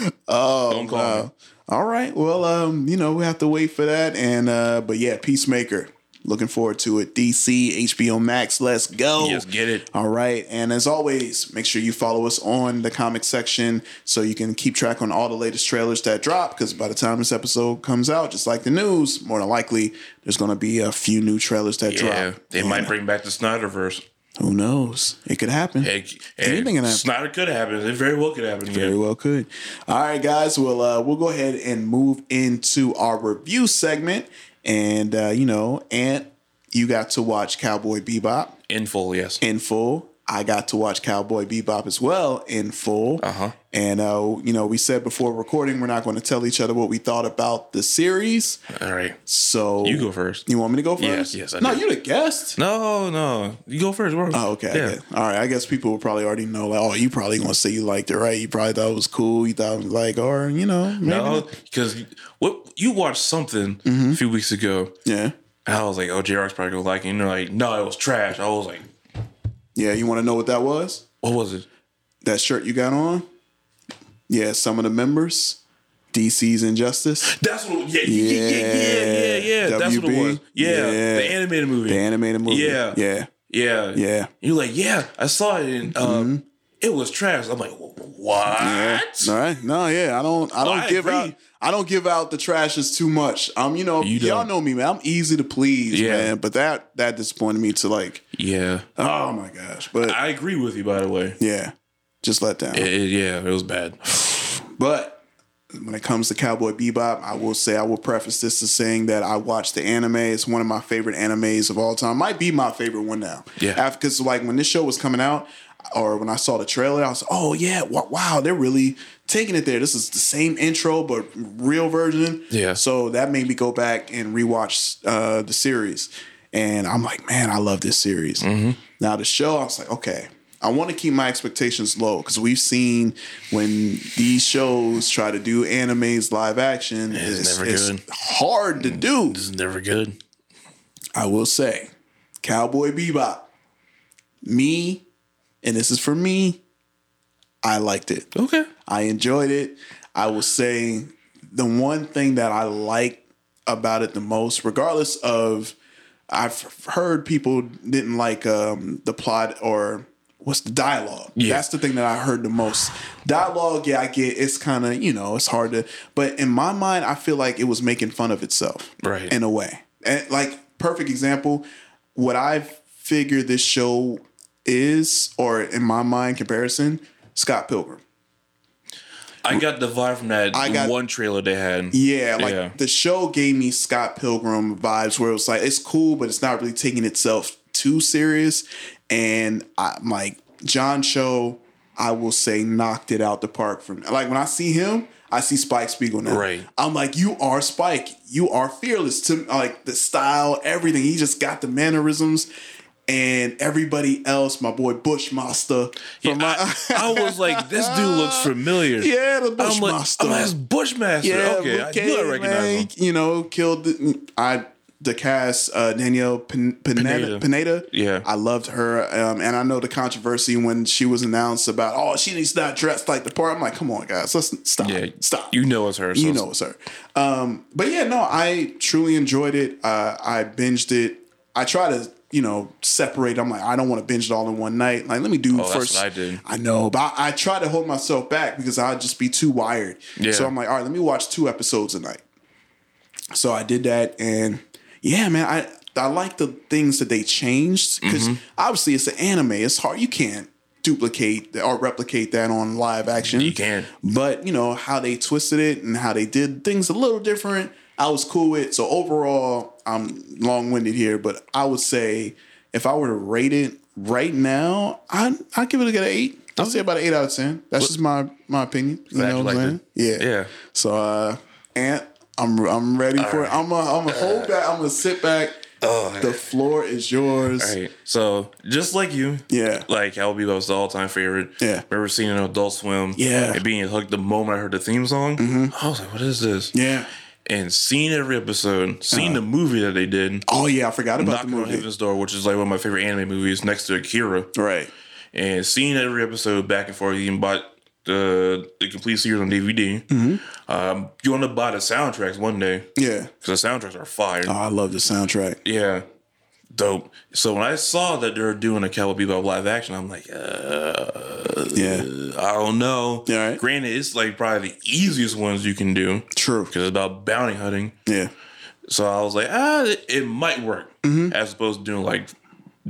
me. Oh, Don't call wow. me. All right. Well, um, you know, we have to wait for that. And uh, but yeah, Peacemaker. Looking forward to it. DC, HBO Max, let's go. Yes, get it. All right. And as always, make sure you follow us on the comic section so you can keep track on all the latest trailers that drop. Because by the time this episode comes out, just like the news, more than likely, there's going to be a few new trailers that Yeah, drop. they And might bring back the Snyderverse. Who knows? It could happen. Hey, Anything Anything can happen. Snyder could happen. It very well could happen. Very Yeah. well could. All right, guys. Well, uh, we'll go ahead and move into our review segment. And, uh, you know, and you got to watch Cowboy Bebop In full, yes. in full. I got to watch Cowboy Bebop as well in full. Uh-huh. And uh, you know, we said before recording, we're not going to tell each other what we thought about the series. All right. So you go first. You want me to go first? Yes, yes. I no, do. you're the guest. No, no. You go first, bro. Oh, okay. Yeah. okay. All right. I guess people will probably already know. Like, oh, you probably going to say you liked it, right? You probably thought it was cool. You thought it was like, or you know, maybe no, because what you watched something Mhm. a few weeks ago. Yeah. And I was like, oh, J-Rock's probably gonna like it. And you're like, no, it was trash. I was like, Yeah, you want to know what that was? What was it? That shirt you got on? Yeah, some of the members. DC's Injustice. That's what. Yeah, yeah, yeah, yeah, yeah. yeah. That's what it was. Yeah, the animated movie. The animated movie. Yeah. Yeah. yeah, Yeah. You're like, yeah, I saw it, and um, it was trash. I'm like, wh- what? All right. No, yeah. I don't I don't I give agree. out I don't give out the trashes too much. Um, you know, You you all don't. know me, man. I'm easy to please, Yeah. man. But that that disappointed me to like, Yeah. oh my gosh. But I agree with you, by the way. yeah. Just let down. It- it- yeah, it was bad. But when it comes to Cowboy Bebop, I will say I will preface this to saying that I watched the anime. It's one of my favorite animes of all time. Might be my favorite one now. Yeah. Because like when this show was coming out, or when I saw the trailer, I was oh yeah, wa- wow, they're really taking it there. This is the same intro but real version. Yeah. So that made me go back and rewatch uh, the series, and I'm like, man, I love this series. Mm-hmm. Now the show, I was like, okay, I want to keep my expectations low because we've seen when these shows try to do animes live action, It's never good. Mm. hard to do. This is never good. I will say, Cowboy Bebop, me, and this is for me, I liked it. Okay. I enjoyed it. I will say the one thing that I like about it the most, regardless of I've heard people didn't like um, the plot or what's the dialogue. Yeah. That's the thing that I heard the most. Dialogue, yeah, I get it's kind of, you know, it's hard to, but in my mind, I feel like it was making fun of itself Right. in a way. And like perfect example, what I figure this show is, or in my mind comparison, Scott Pilgrim. I got the vibe from that I got- one trailer they had. Yeah, like yeah. the show gave me Scott Pilgrim vibes, where it was like it's cool, but it's not really taking itself too serious. And I like John Cho, I will say knocked it out the park from like when I see him, I see Spike Spiegel now. Right. I'm like, you are Spike, you are fearless to like the style, everything. He just got the mannerisms. And everybody else, my boy Bushmaster. Yeah, I, I was like, this dude looks familiar. Yeah, the I'm like, Bushmaster. I'm like, that's Bushmaster. Yeah, okay, Luke I knew Cage, I recognized man, him. You know, killed the, I the cast uh, Danielle Pin- Pineda. Pineda. Pineda. Yeah. I loved her, um, and I know the controversy when she was announced about oh she's not dressed like the part. I'm like, come on, guys, let's stop, Yeah, stop. You know it's her. so You it's- know it's her. Um, but yeah, no, I truly enjoyed it. Uh, I binged it. I try to, you know, separate. I'm like, I don't want to binge it all in one night. Like, let me do Oh, that's first. what I did. I know, but I, I try to hold myself back because I'll just be too wired. Yeah. So I'm like, all right, let me watch two episodes a night. So I did that, and yeah, man, I I like the things that they changed because Mm-hmm. obviously it's an anime. It's hard. You can't duplicate or replicate that on live action. You can. But you know how they twisted it and how they did things a little different. I was cool with. So overall, I'm long winded here, but I would say if I were to rate it right now, I I give it a good eight. I'll say about an eight out of ten. That's just my my opinion. You Glad know you what I'm saying? liked Yeah. it. Yeah. So uh, Ant, I'm I'm ready for it. I'm gonna I'm gonna hold back. I'm gonna sit back. the floor is yours. All right. So just like you, Yeah. like Al Bebo was the all-time favorite. Yeah. Remember seeing an Adult Swim? Yeah. Mm-hmm. And being hooked the moment I heard the theme song. I was like, what is this? Yeah. And seeing every episode, seeing the movie that they did, Oh yeah, I forgot about the Knocking on movie. Heaven's Door, which is like one of my favorite anime movies, next to Akira, Right. and seeing every episode back and forth, you even bought the the complete series on DVD. Mm-hmm. Um, you want to buy the soundtracks one day Yeah. because the soundtracks are fire. Oh, I love the soundtrack. Yeah. Dope. So when I saw that they're doing a Cowboy Bebop live action, I'm like, uh, Yeah. I don't know. Yeah, right. Granted, it's like probably the easiest ones you can do True. because it's about bounty hunting. Yeah. So I was like, ah, it, it might work as opposed to doing like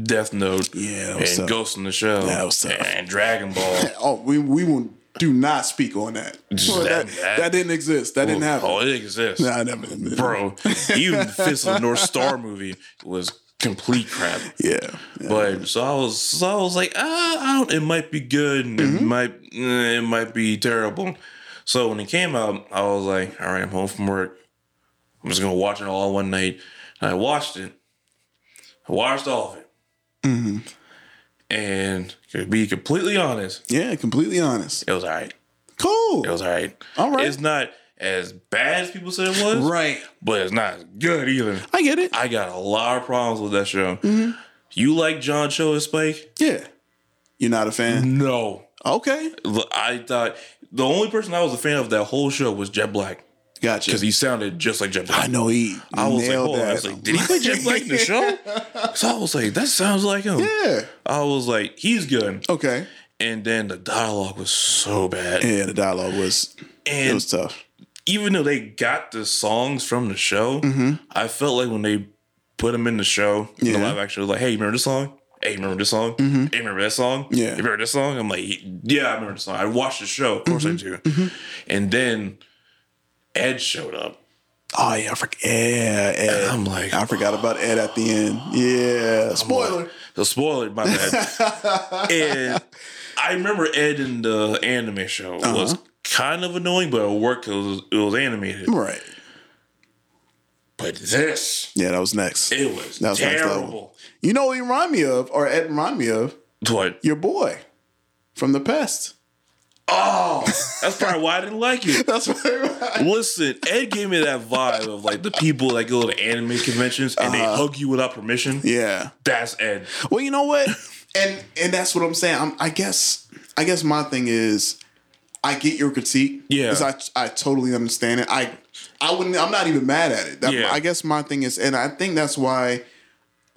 Death Note Mm-hmm. Yeah, that was and tough. Ghost in the Shell That was tough. and Dragon Ball. Oh, we we will do not speak on that. that, that- that, didn't exist. That didn't happen. Oh, it Oh, exists. Nah, that- Bro, even Fist of the North Star movie was complete crap. Yeah. But so I was, so I was like, ah, I don't, it might be good, and Mm-hmm. it might, eh, it might be terrible. So when it came out, I was like, all right, I'm home from work. I'm just gonna watch it all one night. And I watched it. I watched all of it. Mm-hmm. And to be completely honest, yeah, completely honest, it was all right. Cool. It was all right. All right. It's not as bad as people said it was, Right. But it's not as good either. I get it. I got a lot of problems with that show. Mhm. You like John Cho as Spike? Yeah. You're not a fan? No. Okay. Look, I thought the only person I was a fan of that whole show was Jet Black Gotcha. because he sounded just like Jet Black. I know he. I was like, nailed hold on. I was that. like, did he play Jet Black in the show? So I was like, that sounds like him. yeah. I was like, he's good. Okay. And then the dialogue was so bad. Yeah, the dialogue was it And was tough. even though they got the songs from the show, I felt like when they put them in the show, in the Mm-hmm. Yeah. Mm-hmm. live action, it was like, hey, you remember this song? Hey, you remember this song? Hey, you remember that song? Yeah. You remember this song? I'm like, yeah, I remember the song. I watched the show. Of course I Mm-hmm. do. And then Ed showed up. Oh yeah, I forgot. Yeah, Ed. I'm like, I forgot about Ed at the end. Yeah. Spoiler. So spoiler, my bad. and I remember Ed in the anime show Uh-huh. was kind of annoying, but it worked 'cause it was, it was animated. Right. But this, Yeah, that was next. it was That was next level. terrible. You know what he remind me of, or Ed remind me of? What? Your boy from The Pest. Oh, that's probably why I didn't like it. That's what it remind- Listen, Ed gave me that vibe of like the people that go to anime conventions and they hug you without permission. Uh-huh. Yeah. That's Ed. Well, you know what? and and that's what I'm saying. I'm, I guess I guess my thing is I get your critique. Yeah. 'Cause I I totally understand it. I I wouldn't. I'm not even mad at it. That- Yeah. I guess my thing is, and I think that's why.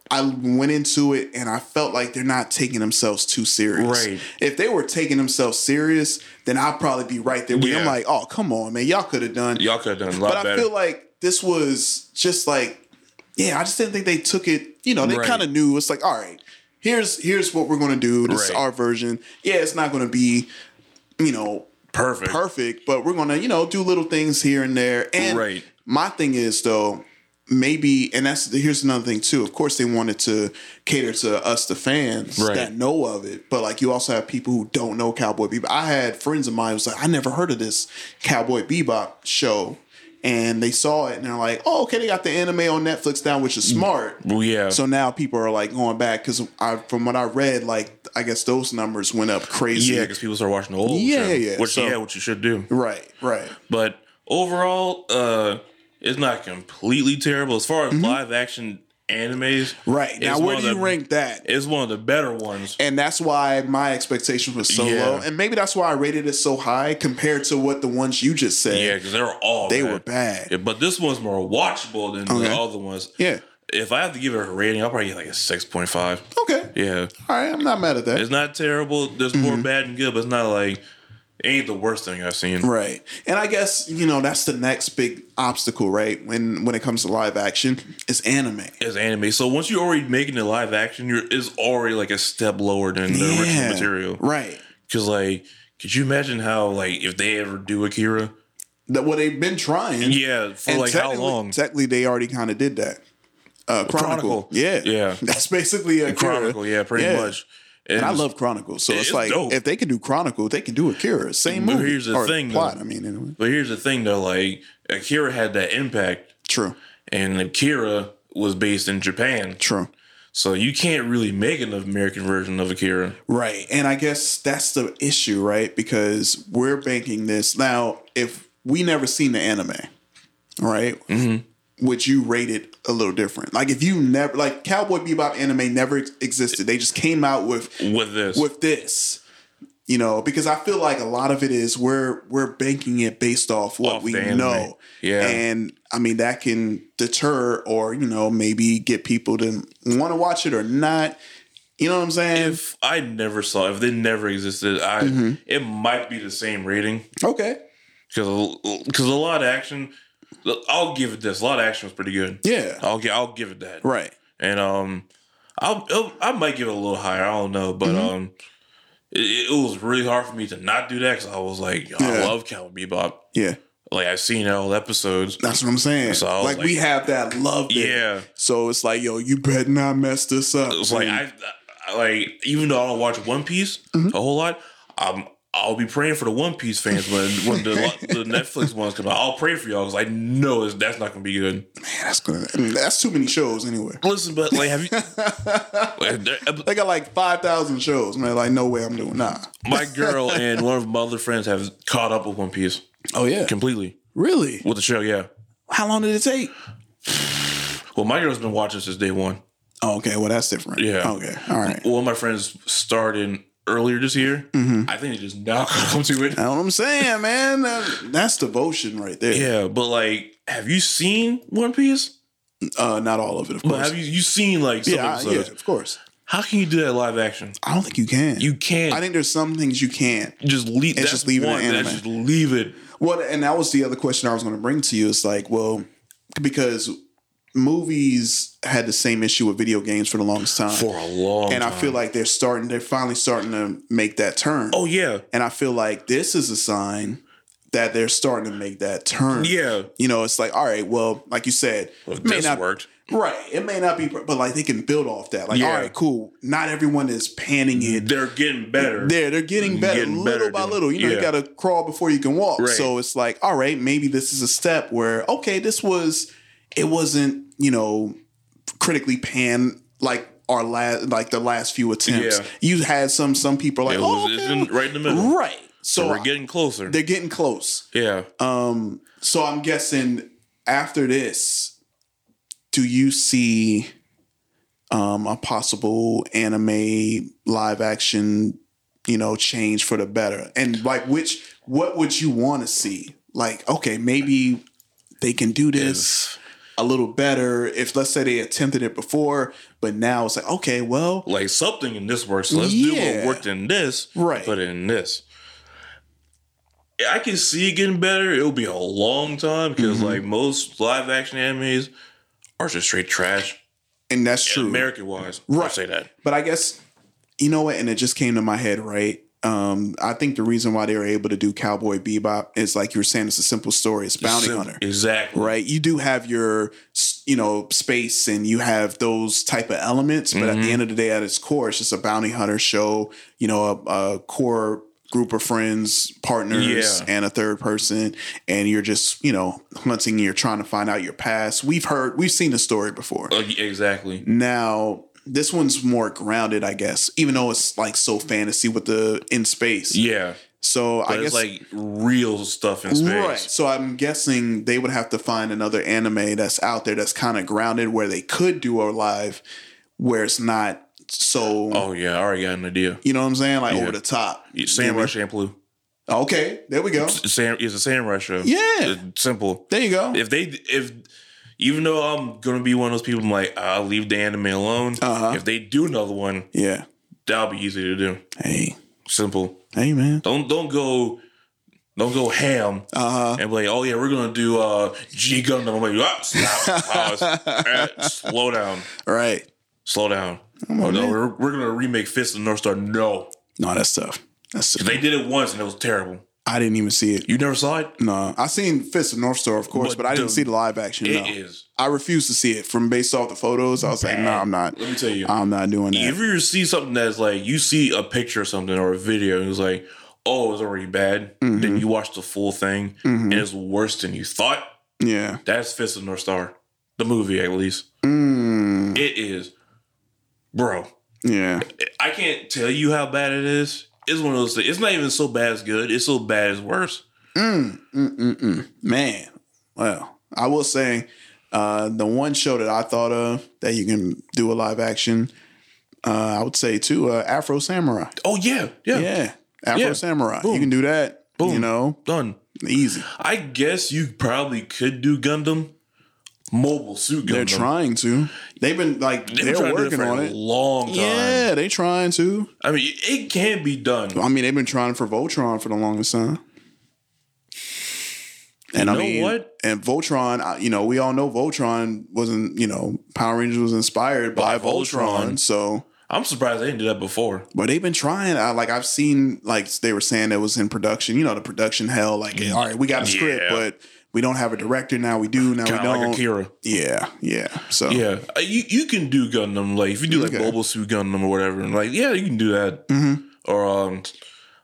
I went into it and I felt like they're not taking themselves too serious. Right. If they were taking themselves serious, then I'd probably be right there. with you. I'm Yeah. like, oh come on, man, y'all could have done Y'all could have done a lot but I better. feel like this was just like, yeah, I just didn't think they took it. You know, they Right. kind of knew it's like, all right, here's here's what we're gonna do. This is Right. our version. Yeah, it's not gonna be, you know, perfect. perfect, but we're gonna you know do little things here and there. And Right. my thing is though. Maybe and that's here's another thing too. Of course, they wanted to cater to us, the fans Right. that know of it. But like, you also have people who don't know Cowboy Bebop. I had friends of mine who was like, I never heard of this Cowboy Bebop show, and they saw it and they're like, oh, okay, they got the anime on Netflix now, which is smart. Well, yeah. So now people are like going back because I, from what I read, like I guess those numbers went up crazy. yeah, because people start watching the old Yeah, show, yeah, yeah. Which So- yeah, what you should do. right, right. But overall, uh it's not completely terrible as far as live action animes. Mm-hmm. Right. it's Now, one where of do you the- rank that? It's one of the better ones. And that's why my expectations were so Yeah. low. And maybe that's why I rated it so high compared to what the ones you just said. Yeah, because they were all They bad. were bad. Yeah, but this one's more watchable than Okay. the other ones. Yeah. If I have to give it a rating, I'll probably get like a six point five. Okay. Yeah. All right. I'm not mad at that. It's not terrible. There's Mm-hmm. more bad than good, but it's not like it ain't the worst thing I've seen. Right. And I guess, you know, that's the next big obstacle, right? When when it comes to live action, is anime. It's anime. So once you're already making the live action, you're it's already like a step lower than the original material. Right. Cause like, could you imagine how like if they ever do Akira? That what they've been trying. Yeah, for And like how technically- long? Technically they already kind of did that. Uh Chronicle. Chronicle. Yeah. Yeah. That's basically a Chronicle, yeah, pretty much. And I love Chronicle. So It it's is like dope. if they can do Chronicle, they can do Akira. Same But movie. here's the or thing, plot. though. I mean, anyway. But here's the thing though, like Akira had that impact, True. and Akira was based in Japan, True. so you can't really make an American version of Akira. Right. And I guess that's the issue, right? Because we're banking this. Now, if we never seen the anime, right? Mm-hmm. Would you rate it a little different? Like if you never like Cowboy Bebop anime never ex- existed. They just came out with With this, with this. You know, because I feel like a lot of it is we're we're banking it based off what Off we the anime. know. Yeah. And I mean that can deter or, you know, maybe get people to want to watch it or not. You know what I'm saying? if I never saw, if they never existed, I Mm-hmm. it might be the same rating okay. because because a lot of action. I'll give it this. A lot of action was pretty good. Yeah. I'll gi- I'll give it that. Right. and um, I'll, I'll- I might give it a little higher. I don't know, but Mm-hmm. um, it, it was really hard for me to not do that because I was like, I Yeah. love Cowboy Bebop. Yeah. Like I've seen all episodes. That's what I'm saying. So I was like, we like- have that love. There. Yeah. So it's like, yo, you better not mess this up. It's like I, I like even though I don't watch One Piece a whole lot, I'm I'll be praying for the One Piece fans when when the, the Netflix ones come out. I'll pray for y'all because I know it's, that's not gonna be good. that's gonna. I mean, that's too many shows anyway. Listen, but like, have you? uh, they got like five thousand shows, man. Like, no way I'm doing. Nah. My girl and one of my other friends have caught up with One Piece. Oh yeah, completely Really? with the show. Yeah. How long did it take? Well, my girl's been watching since day one. Oh, okay. Well, that's different. Yeah. Okay. All right. One of my friends started earlier this year. Mhm. I think they just now come to it. That's what I'm saying, man. That- That's devotion right there. Yeah, but like, have you seen One Piece? Uh, not all of it, of But course. have you you seen like some yeah, I- yeah, episodes? of course. How can you do that live action? I don't think you can. You can't. I think there's some things you can't. Just leave. It's that's just leave it in one, anime. that's Just leave it. Well, and that was the other question I was going to bring to you. It's like, well, because movies had the same issue with video games for the longest time. For a long and I feel like they're starting, they're finally starting to make that turn. Oh yeah. And I feel like this is a sign that they're starting to make that turn. Yeah. You know, it's like, all right, well, like you said, it may this not worked. Right. It may not be, but like they can build off that. Like, Yeah. all right, cool. Not everyone is panning it. They're getting better. There, they're getting better Getting little better, by dude. little. You know, you Yeah. got to crawl before you can walk. Right. So it's like, all right, maybe this is a step where, okay, this was, it wasn't, you know, critically panned like our last, like the last few attempts. Yeah. You had some, some people are like, it oh, was okay, it's in, right in the middle. Right. So, Uh, So we're getting closer. they're getting close. yeah. Um, so I'm guessing after this, do you see um, a possible anime live action, you know, change for the better? And like, which what would you want to see? Like, okay, maybe they can do this a little better. If let's say they attempted it before, but now it's like, okay, well, Like something in this works. Let's do Yeah. what worked in this. Right. Put it in this. I can see it getting better. It'll be a long time Mm-hmm. because like most live action animes are just straight trash. and that's true. American wise. I'll say that. But I guess you know what, and it just came to my head, right? Um, I think the reason why they were able to do Cowboy Bebop is like you were saying, it's a simple story. It's bounty Sim- hunter, Exactly. right? You do have your, s- you know, space and you have those type of elements, but Mm-hmm. at the end of the day, at its core, it's just a bounty hunter show. You know, a, a core group of friends, partners, Yeah. and a third person, and you're just, you know, hunting. You're trying to find out your past. We've heard, we've seen the story before. Uh, exactly. Now, this one's more grounded, I guess, even though it's like so fantasy with the in space. Yeah. So But I guess it's like real stuff in space. right. So I'm guessing they would have to find another anime that's out there that's kind of grounded where they could do a live where it's not so Oh yeah, I already got an idea. you know what I'm saying? Like Yeah. over the top. Samurai Champloo. Okay, there we go. S- Sam is a samurai show. Yeah. It's simple. There you go. If they if even though I'm gonna be one of those people, I'm like I'll leave the anime alone. Uh-huh. If they do another one, Yeah. that'll be easy to do. Hey. Simple. Hey man. Don't don't go don't go ham Uh-huh. and be like, oh yeah, we're gonna do uh G Gundam. I'm like, ah, stop, pause, eh, slow down, Right. slow down. Come on, oh no, man. we're, we're gonna remake Fist of the North Star. No, No, that's tough. That's tough. they did it once and it was terrible. I didn't even see it. You never saw it? No, I seen Fist of North Star, of course, but, But I didn't the- see the live action. It no. is. I refuse to see it from based off the photos. I was like, no, I'm not. Let me tell you. I'm not doing that. If you see something that's like you see a picture or something or a video and it's like, oh, it's already bad, Mm-hmm. then you watch the full thing and it's worse than you thought. yeah. That's Fist of the North Star, the movie at least. Mm, It is, bro. yeah. I can't tell you how bad it is. It's one of those things. It's not even so bad as good. It's so bad as worse. Mm, mm, mm, mm. Man. Well, I will say uh, the one show that I thought of that you can do a live action, uh, I would say too, uh, Afro Samurai. Oh yeah, yeah, Yeah. Afro Yeah. Samurai. You Boom. can do that. Boom. You know, Done. easy. I guess you probably could do Gundam, mobile suit Gundam. They're trying to. They've been like They've they're, been trying to do working for on a it. long time. Yeah, they trying to. I mean, it can be done. I mean, they've been trying for Voltron for the longest time. And I know mean, what? and Voltron, I- you know, we all know Voltron wasn't, you know, Power Rangers was inspired by, By Voltron. Voltron, so I'm surprised they didn't do that before. But they've been trying. I, like I've seen, like they were saying that was in production. You know, the production hell. Like, Mm. all right, we got a script, Yeah. but we don't have a director now. We do now. Kinda we like don't. Akira. Yeah, yeah. So Yeah, Uh, you you can do Gundam like if you do like Okay. Mobile Suit Gundam or whatever. and, Like yeah, you can do that. Mm-hmm. Or um,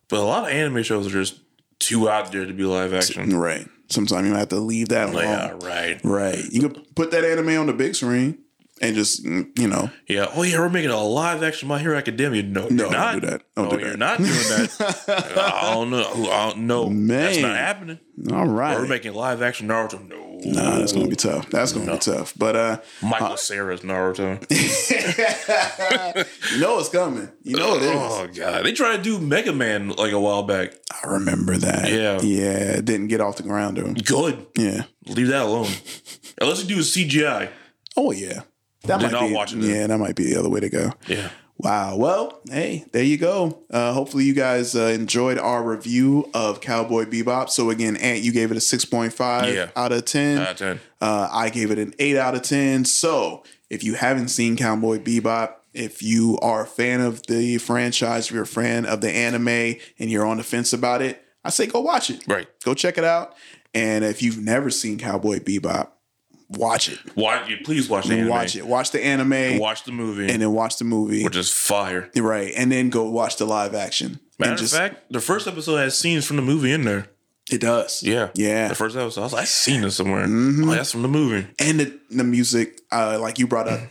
but a lot of anime shows are just too out there to be live action. Right. Sometimes you have to leave that alone. Like, all right. Right. You can put that anime on the big screen and just mm, you know. Yeah. Oh yeah, we're making a live action My Hero Academia. No, No, you're don't not. do that. Don't no, do that. you're not doing that. I don't know. I don't know. That's Man. not happening. All Or we're right. making live action Naruto. No. Nah, that's gonna be tough. That's gonna be tough. But uh, Michael Sarah's Naruto. you know it's coming. You know it is. Oh god, they tried to do Mega Man like a while back. I remember that. Yeah. Yeah. It didn't get off the ground though. Good. Yeah. Leave that alone. Unless you do a CGI. Oh yeah. That Then might I'll be, watch it then. Yeah, that might be the other way to go. Yeah. Wow. Well, hey, there you go. Uh, hopefully, you guys uh, enjoyed our review of Cowboy Bebop. So again, Ant, you gave it a six point five Yeah. out of ten. Out of 10. Uh, I gave it an eight out of ten. So if you haven't seen Cowboy Bebop, if you are a fan of the franchise, if you're a fan of the anime, and you're on the fence about it, I say go watch it. Right. Go check it out. And if you've never seen Cowboy Bebop, watch it. Watch it. Please watch the Then anime. watch it. Watch the anime. Watch the movie. and then watch the movie. which is fire. Right, and then go watch the live action. Matter and just, of fact, the first episode has scenes from the movie in there. it does. Yeah. Yeah. Mm-hmm. The first episode. I was like, I seen this somewhere. Oh, that's from the movie. And the, the music, uh, like you brought up, Mm-hmm.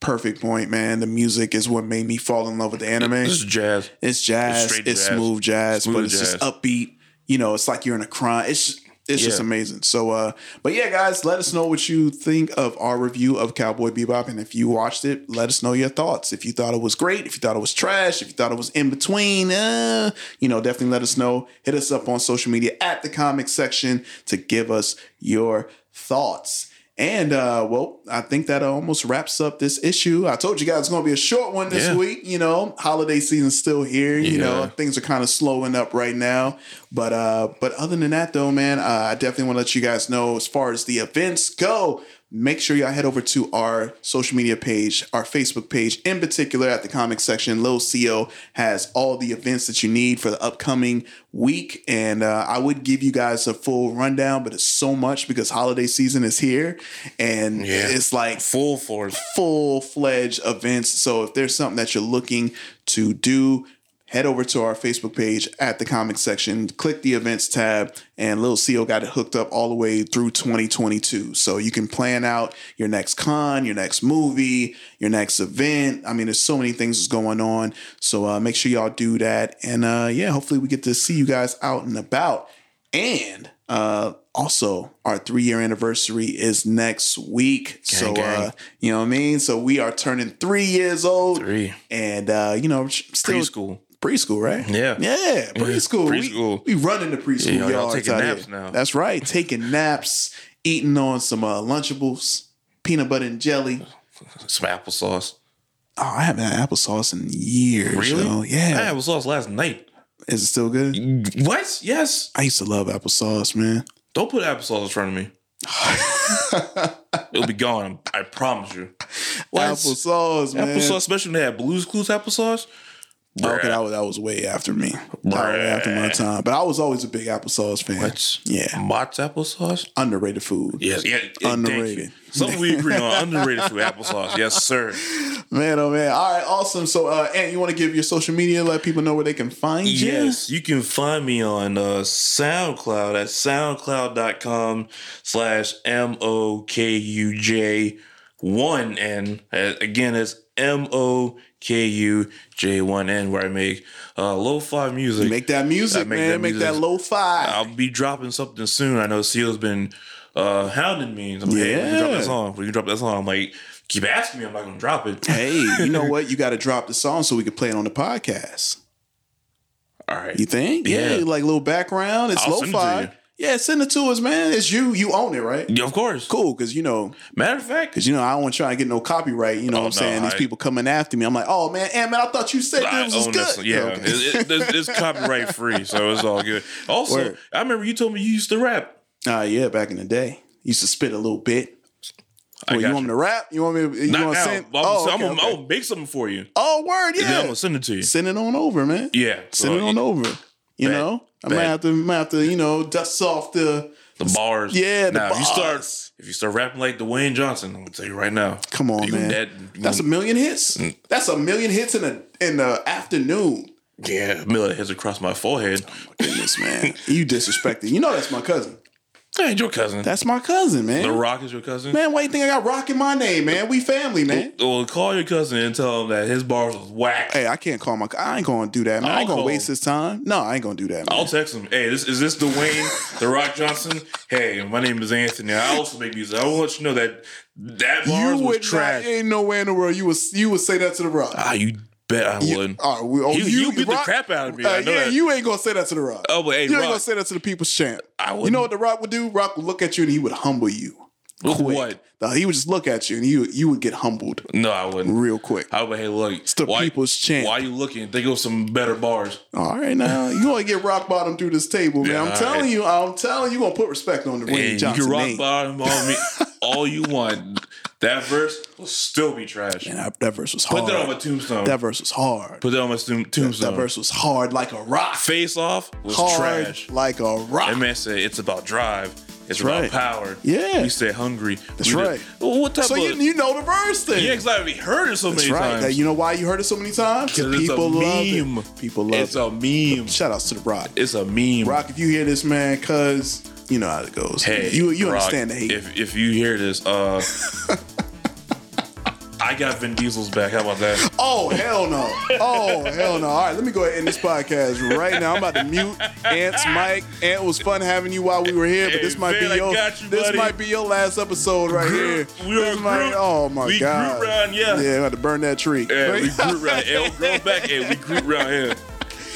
perfect point, man. The music is what made me fall in love with the anime. This is jazz. It's jazz. It's, It's straight jazz. smooth jazz, but Smooth it's just jazz. upbeat. You know, it's like you're in a crime. It's just, it's just Yeah. amazing. So, uh, but yeah, guys, let us know what you think of our review of Cowboy Bebop, and if you watched it, let us know your thoughts. If you thought it was great, if you thought it was trash, if you thought it was in between, uh, you know, definitely let us know. Hit us up on social media at the comic section to give us your thoughts. And uh, well, I think that almost wraps up this issue. I told you guys it's going to be a short one this Yeah. week. You know, holiday season's still here. You know, Yeah. things are kind of slowing up right now. But uh, but other than that, though, man, uh, I definitely want to let you guys know as far as the events go. Make sure y'all head over to our social media page, our Facebook page in particular at the comic section. Lil Co has all the events that you need for the upcoming week, and uh, I would give you guys a full rundown, but it's so much because holiday season is here, and Yeah. it's like Full force. full fledged events. So if there's something that you're looking to do, head over to our Facebook page at the comic section, click the events tab, and Lil Seal got it hooked up all the way through 2022. So you can plan out your next con, your next movie, your next event. I mean, there's so many things that's going on. So uh, make sure y'all do that. And uh, yeah, hopefully we get to see you guys out and about. And uh, also, our three year anniversary is next week. so, Uh, gang. you know what I mean? So, we are turning three years old. Three. And, uh, you know, still Preschool. Preschool, right? Yeah. Yeah, preschool. We- Preschool. We, run into preschool, Yeah, y'all y'all. taking out here. naps now. That's right. Taking naps, eating on some uh, Lunchables, peanut butter and jelly. Some applesauce. Oh, I haven't had applesauce in years. Really? yo. I Oh, Yeah. had applesauce last night. Is it still good? What? Yes. I used to love applesauce, man. Don't put applesauce in front of me. It'll be gone. I promise you. What? Applesauce, man. Applesauce, especially when they had Blue's Clues applesauce. Oh, Bruh. Okay, that was, that was way after me. That was way after my time. But I was always a big applesauce fan. What? Yeah. Mott's applesauce? Underrated food. Yes, yeah, thank you. Underrated. Something we agree on. Underrated food, applesauce. Yes, sir. Man, oh man. All right, awesome. So, uh, Ant, you want to give your social media, let people know where they can find you? Yes, you can find me on uh, SoundCloud at soundcloud.com slash M O K U J 1 N. Uh, Again, it's M O K U J 1 N, where I make uh, lo fi music. Make that music, I make man. that make music. that lo fi. I'll be dropping something soon. I know Seal's been uh, hounding me. I'm like, yeah. we can drop that Yeah. song. We can drop that song. I'm like, keep asking me. I'm not going to drop it. hey, you know what? You got to drop the song so we can play it on the podcast. All right. You think? Yeah, Yeah. like little background. It's I'll lo send it to you. fi. Yeah, send it to us, man. It's you. You own it, right? Yeah, of course. Cool, because you know, Matter of fact, Cause you know I don't want to try and get no copyright. You know Oh, what I'm no, saying? These I- people coming after me. I'm like, oh man, and man, I thought you said I this was own this. good. Yeah, Okay. It- it- it's- it's copyright free, so it's all good. Also, Word. I remember you told me you used to rap. Ah, yeah, back in the day, used to spit a little bit. I Well, you got want me to rap? You want me? To, you Not want to now. send? I'll, oh, I'm okay, gonna, okay. I'll make something for you. Oh, word, And then I'm yeah. gonna send it to you. Send it on over, man. Yeah. Send it so on over. You Bet. know, I might Bet. have to, might have to, you know, dust off the. The bars. Yeah, the Now, if you start if you start rapping like Dwayne Johnson, I'm gonna tell you right now. Come on, you Mm. man. Dead, That's a million hits. That's a million hits in a in the afternoon. yeah, million hits across my forehead. Goodness, man, you disrespected. You know that's my cousin. That ain't your cousin. That's my cousin, man. The Rock is your cousin. Man, why you think I got Rock in my name, man? We family, man. Well, call your cousin and tell him that his bars was whack. Hey, I can't call my. I ain't gonna do that, man. I ain't I'll gonna call. waste his time. No, I ain't gonna do that, man. I'll text him. Hey, this is this Dwayne the Rock Johnson? Hey, my name is Anthony. I also make music. I want you to know that that bars you was would trash. Not, ain't no way in the world you would you would say that to the Rock. ah, you bet I You- would. all right, we- oh, You- you- you beat the Rock- crap out of me. Uh, I know yeah, that. you ain't gonna say that to the Rock. Oh, but hey, you ain't Rock. gonna say that to the People's Champ. I You wouldn't. know what the Rock would do? Rock would look at you and he would humble you. Look quick. what? No, he would just look at you and you you would get humbled No, I wouldn't. real quick. I would. Hey, look, it's the people's champ. Why you looking? Think of some better bars. All right, now you gonna get rock bottom through this table, man. Yeah, I'm all telling right. you, I'm telling you, gonna put respect on the Dwayne Hey, you Johnson can rock name. bottom all me all you want. That verse will still be trash. Man, that, that verse was Put hard. that on my tombstone. That verse was hard. Put that on my tomb- tombstone. That verse was hard like a rock. Face off was hard trash. like a rock. That man said it's about drive. It's right. about power. Yeah. We said hungry. That's We did- right. Well, what type so of you, you know the verse then. Yeah, exactly. We heard it so That's many right. times. That- you know why you heard it so many times? 'Cause Because it's people a love meme. it. People love it's it. a meme. Shout outs to the Rock. It's a meme. Rock, if you hear this, man, cuz you know how it goes. Hey, you you Rock, understand the hate. If if you hear this, uh, I got Vin Diesel's back. How about that? Oh hell no! Oh hell no! All right, let me go ahead and end this podcast right now. I'm about to mute Ant's mic. Ant it was fun having you while we were here, but Hey, this might man, be I your got you, this buddy. might be your last episode right here. Groot. We this are might, Groot. Oh my We Groot god! round, yeah. yeah, I'm about to burn that tree. Yeah, we Groot round here. Hey, Grow back. Hey, we Groot round here.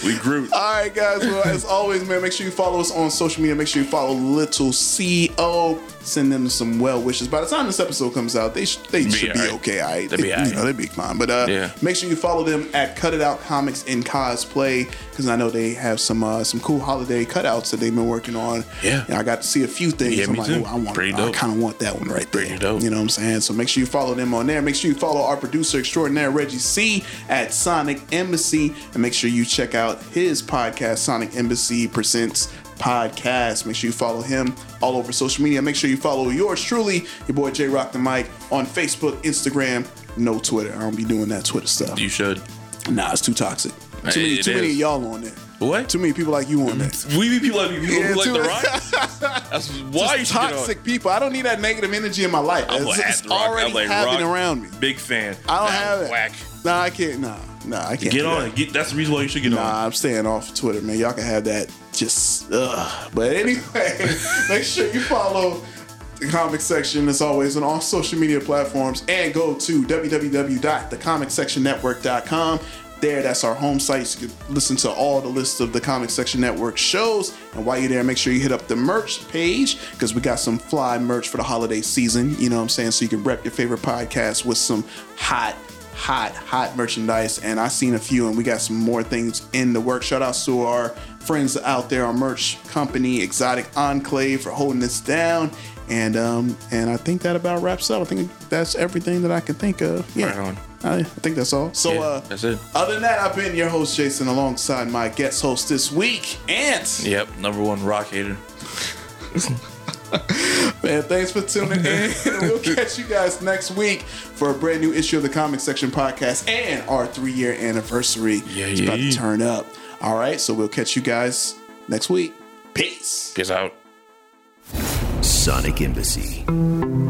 We Groot. All right, guys. Well, as always, man, make sure you follow us on social media. Make sure you follow Little CO. Send them some well wishes. By the time this episode comes out, they sh- they Be should be alright. okay. All right, They'll be You alright. know, they'll be fine. But uh, Yeah. make sure you follow them at Cut It Out Comics and Cosplay because I know they have some uh, some cool holiday cutouts that they've been working on. Yeah. and I got to see a few things. Yeah, I'm me like, too. "Ooh, I want, Pretty I dope. kind of want that one right there. Pretty dope. You know what I'm saying? So make sure you follow them on there. Make sure you follow our producer extraordinaire Reggie C at Sonic Embassy, and make sure you check out his podcast Sonic Embassy Presents podcast. Make sure you follow him all over social media. Make sure you follow yours truly, your boy J Rock the Mic on Facebook, Instagram. No Twitter. I don't be doing that Twitter stuff. You should. Nah, it's too toxic. It- Too many, it too many is. of y'all on there. What? Too many people like you on there. We be people like people Yeah, who like too- the rock. That's why you Just should get on. toxic people. I don't need that negative energy in my life. I'm it's gonna add it's the rock. already I'm like happening rock. around me. Big fan. I don't Nah, have it. Whack. Nah, I can't. Nah, nah, I can't. Get do on that. it. Get, that's the reason why you should get on. Nah, I'm staying off Twitter, man. Y'all can have that. Just, ugh. But anyway, make sure you follow the comic section as always on all social media platforms and go to www.thecomicsectionnetwork.com. There, that's our home site. You can listen to all the lists of the Comic Section Network shows. And while you're there, make sure you hit up the merch page because we got some fly merch for the holiday season. You know what I'm saying? So you can rep your favorite podcast with some hot hot, hot merchandise, and I seen a few, and we got some more things in the work. Shout outs to our friends out there, our merch company, Exotic Enclave, for holding this down. And um, and I think that about wraps up. I think that's everything that I can think of. Yeah, Right on. I, I think that's all. So Yeah, uh, that's it. Other than that, I've been your host Jason, alongside my guest host this week, Ant. Yep. Number one rock hater. Man, thanks for tuning in. we'll catch you guys next week for a brand new issue of the Comic Section Podcast and our three year anniversary. Yeah, it's yeah, about to yeah. turn up. All right, so we'll catch you guys next week. Peace. Gets out. Sonic Embassy.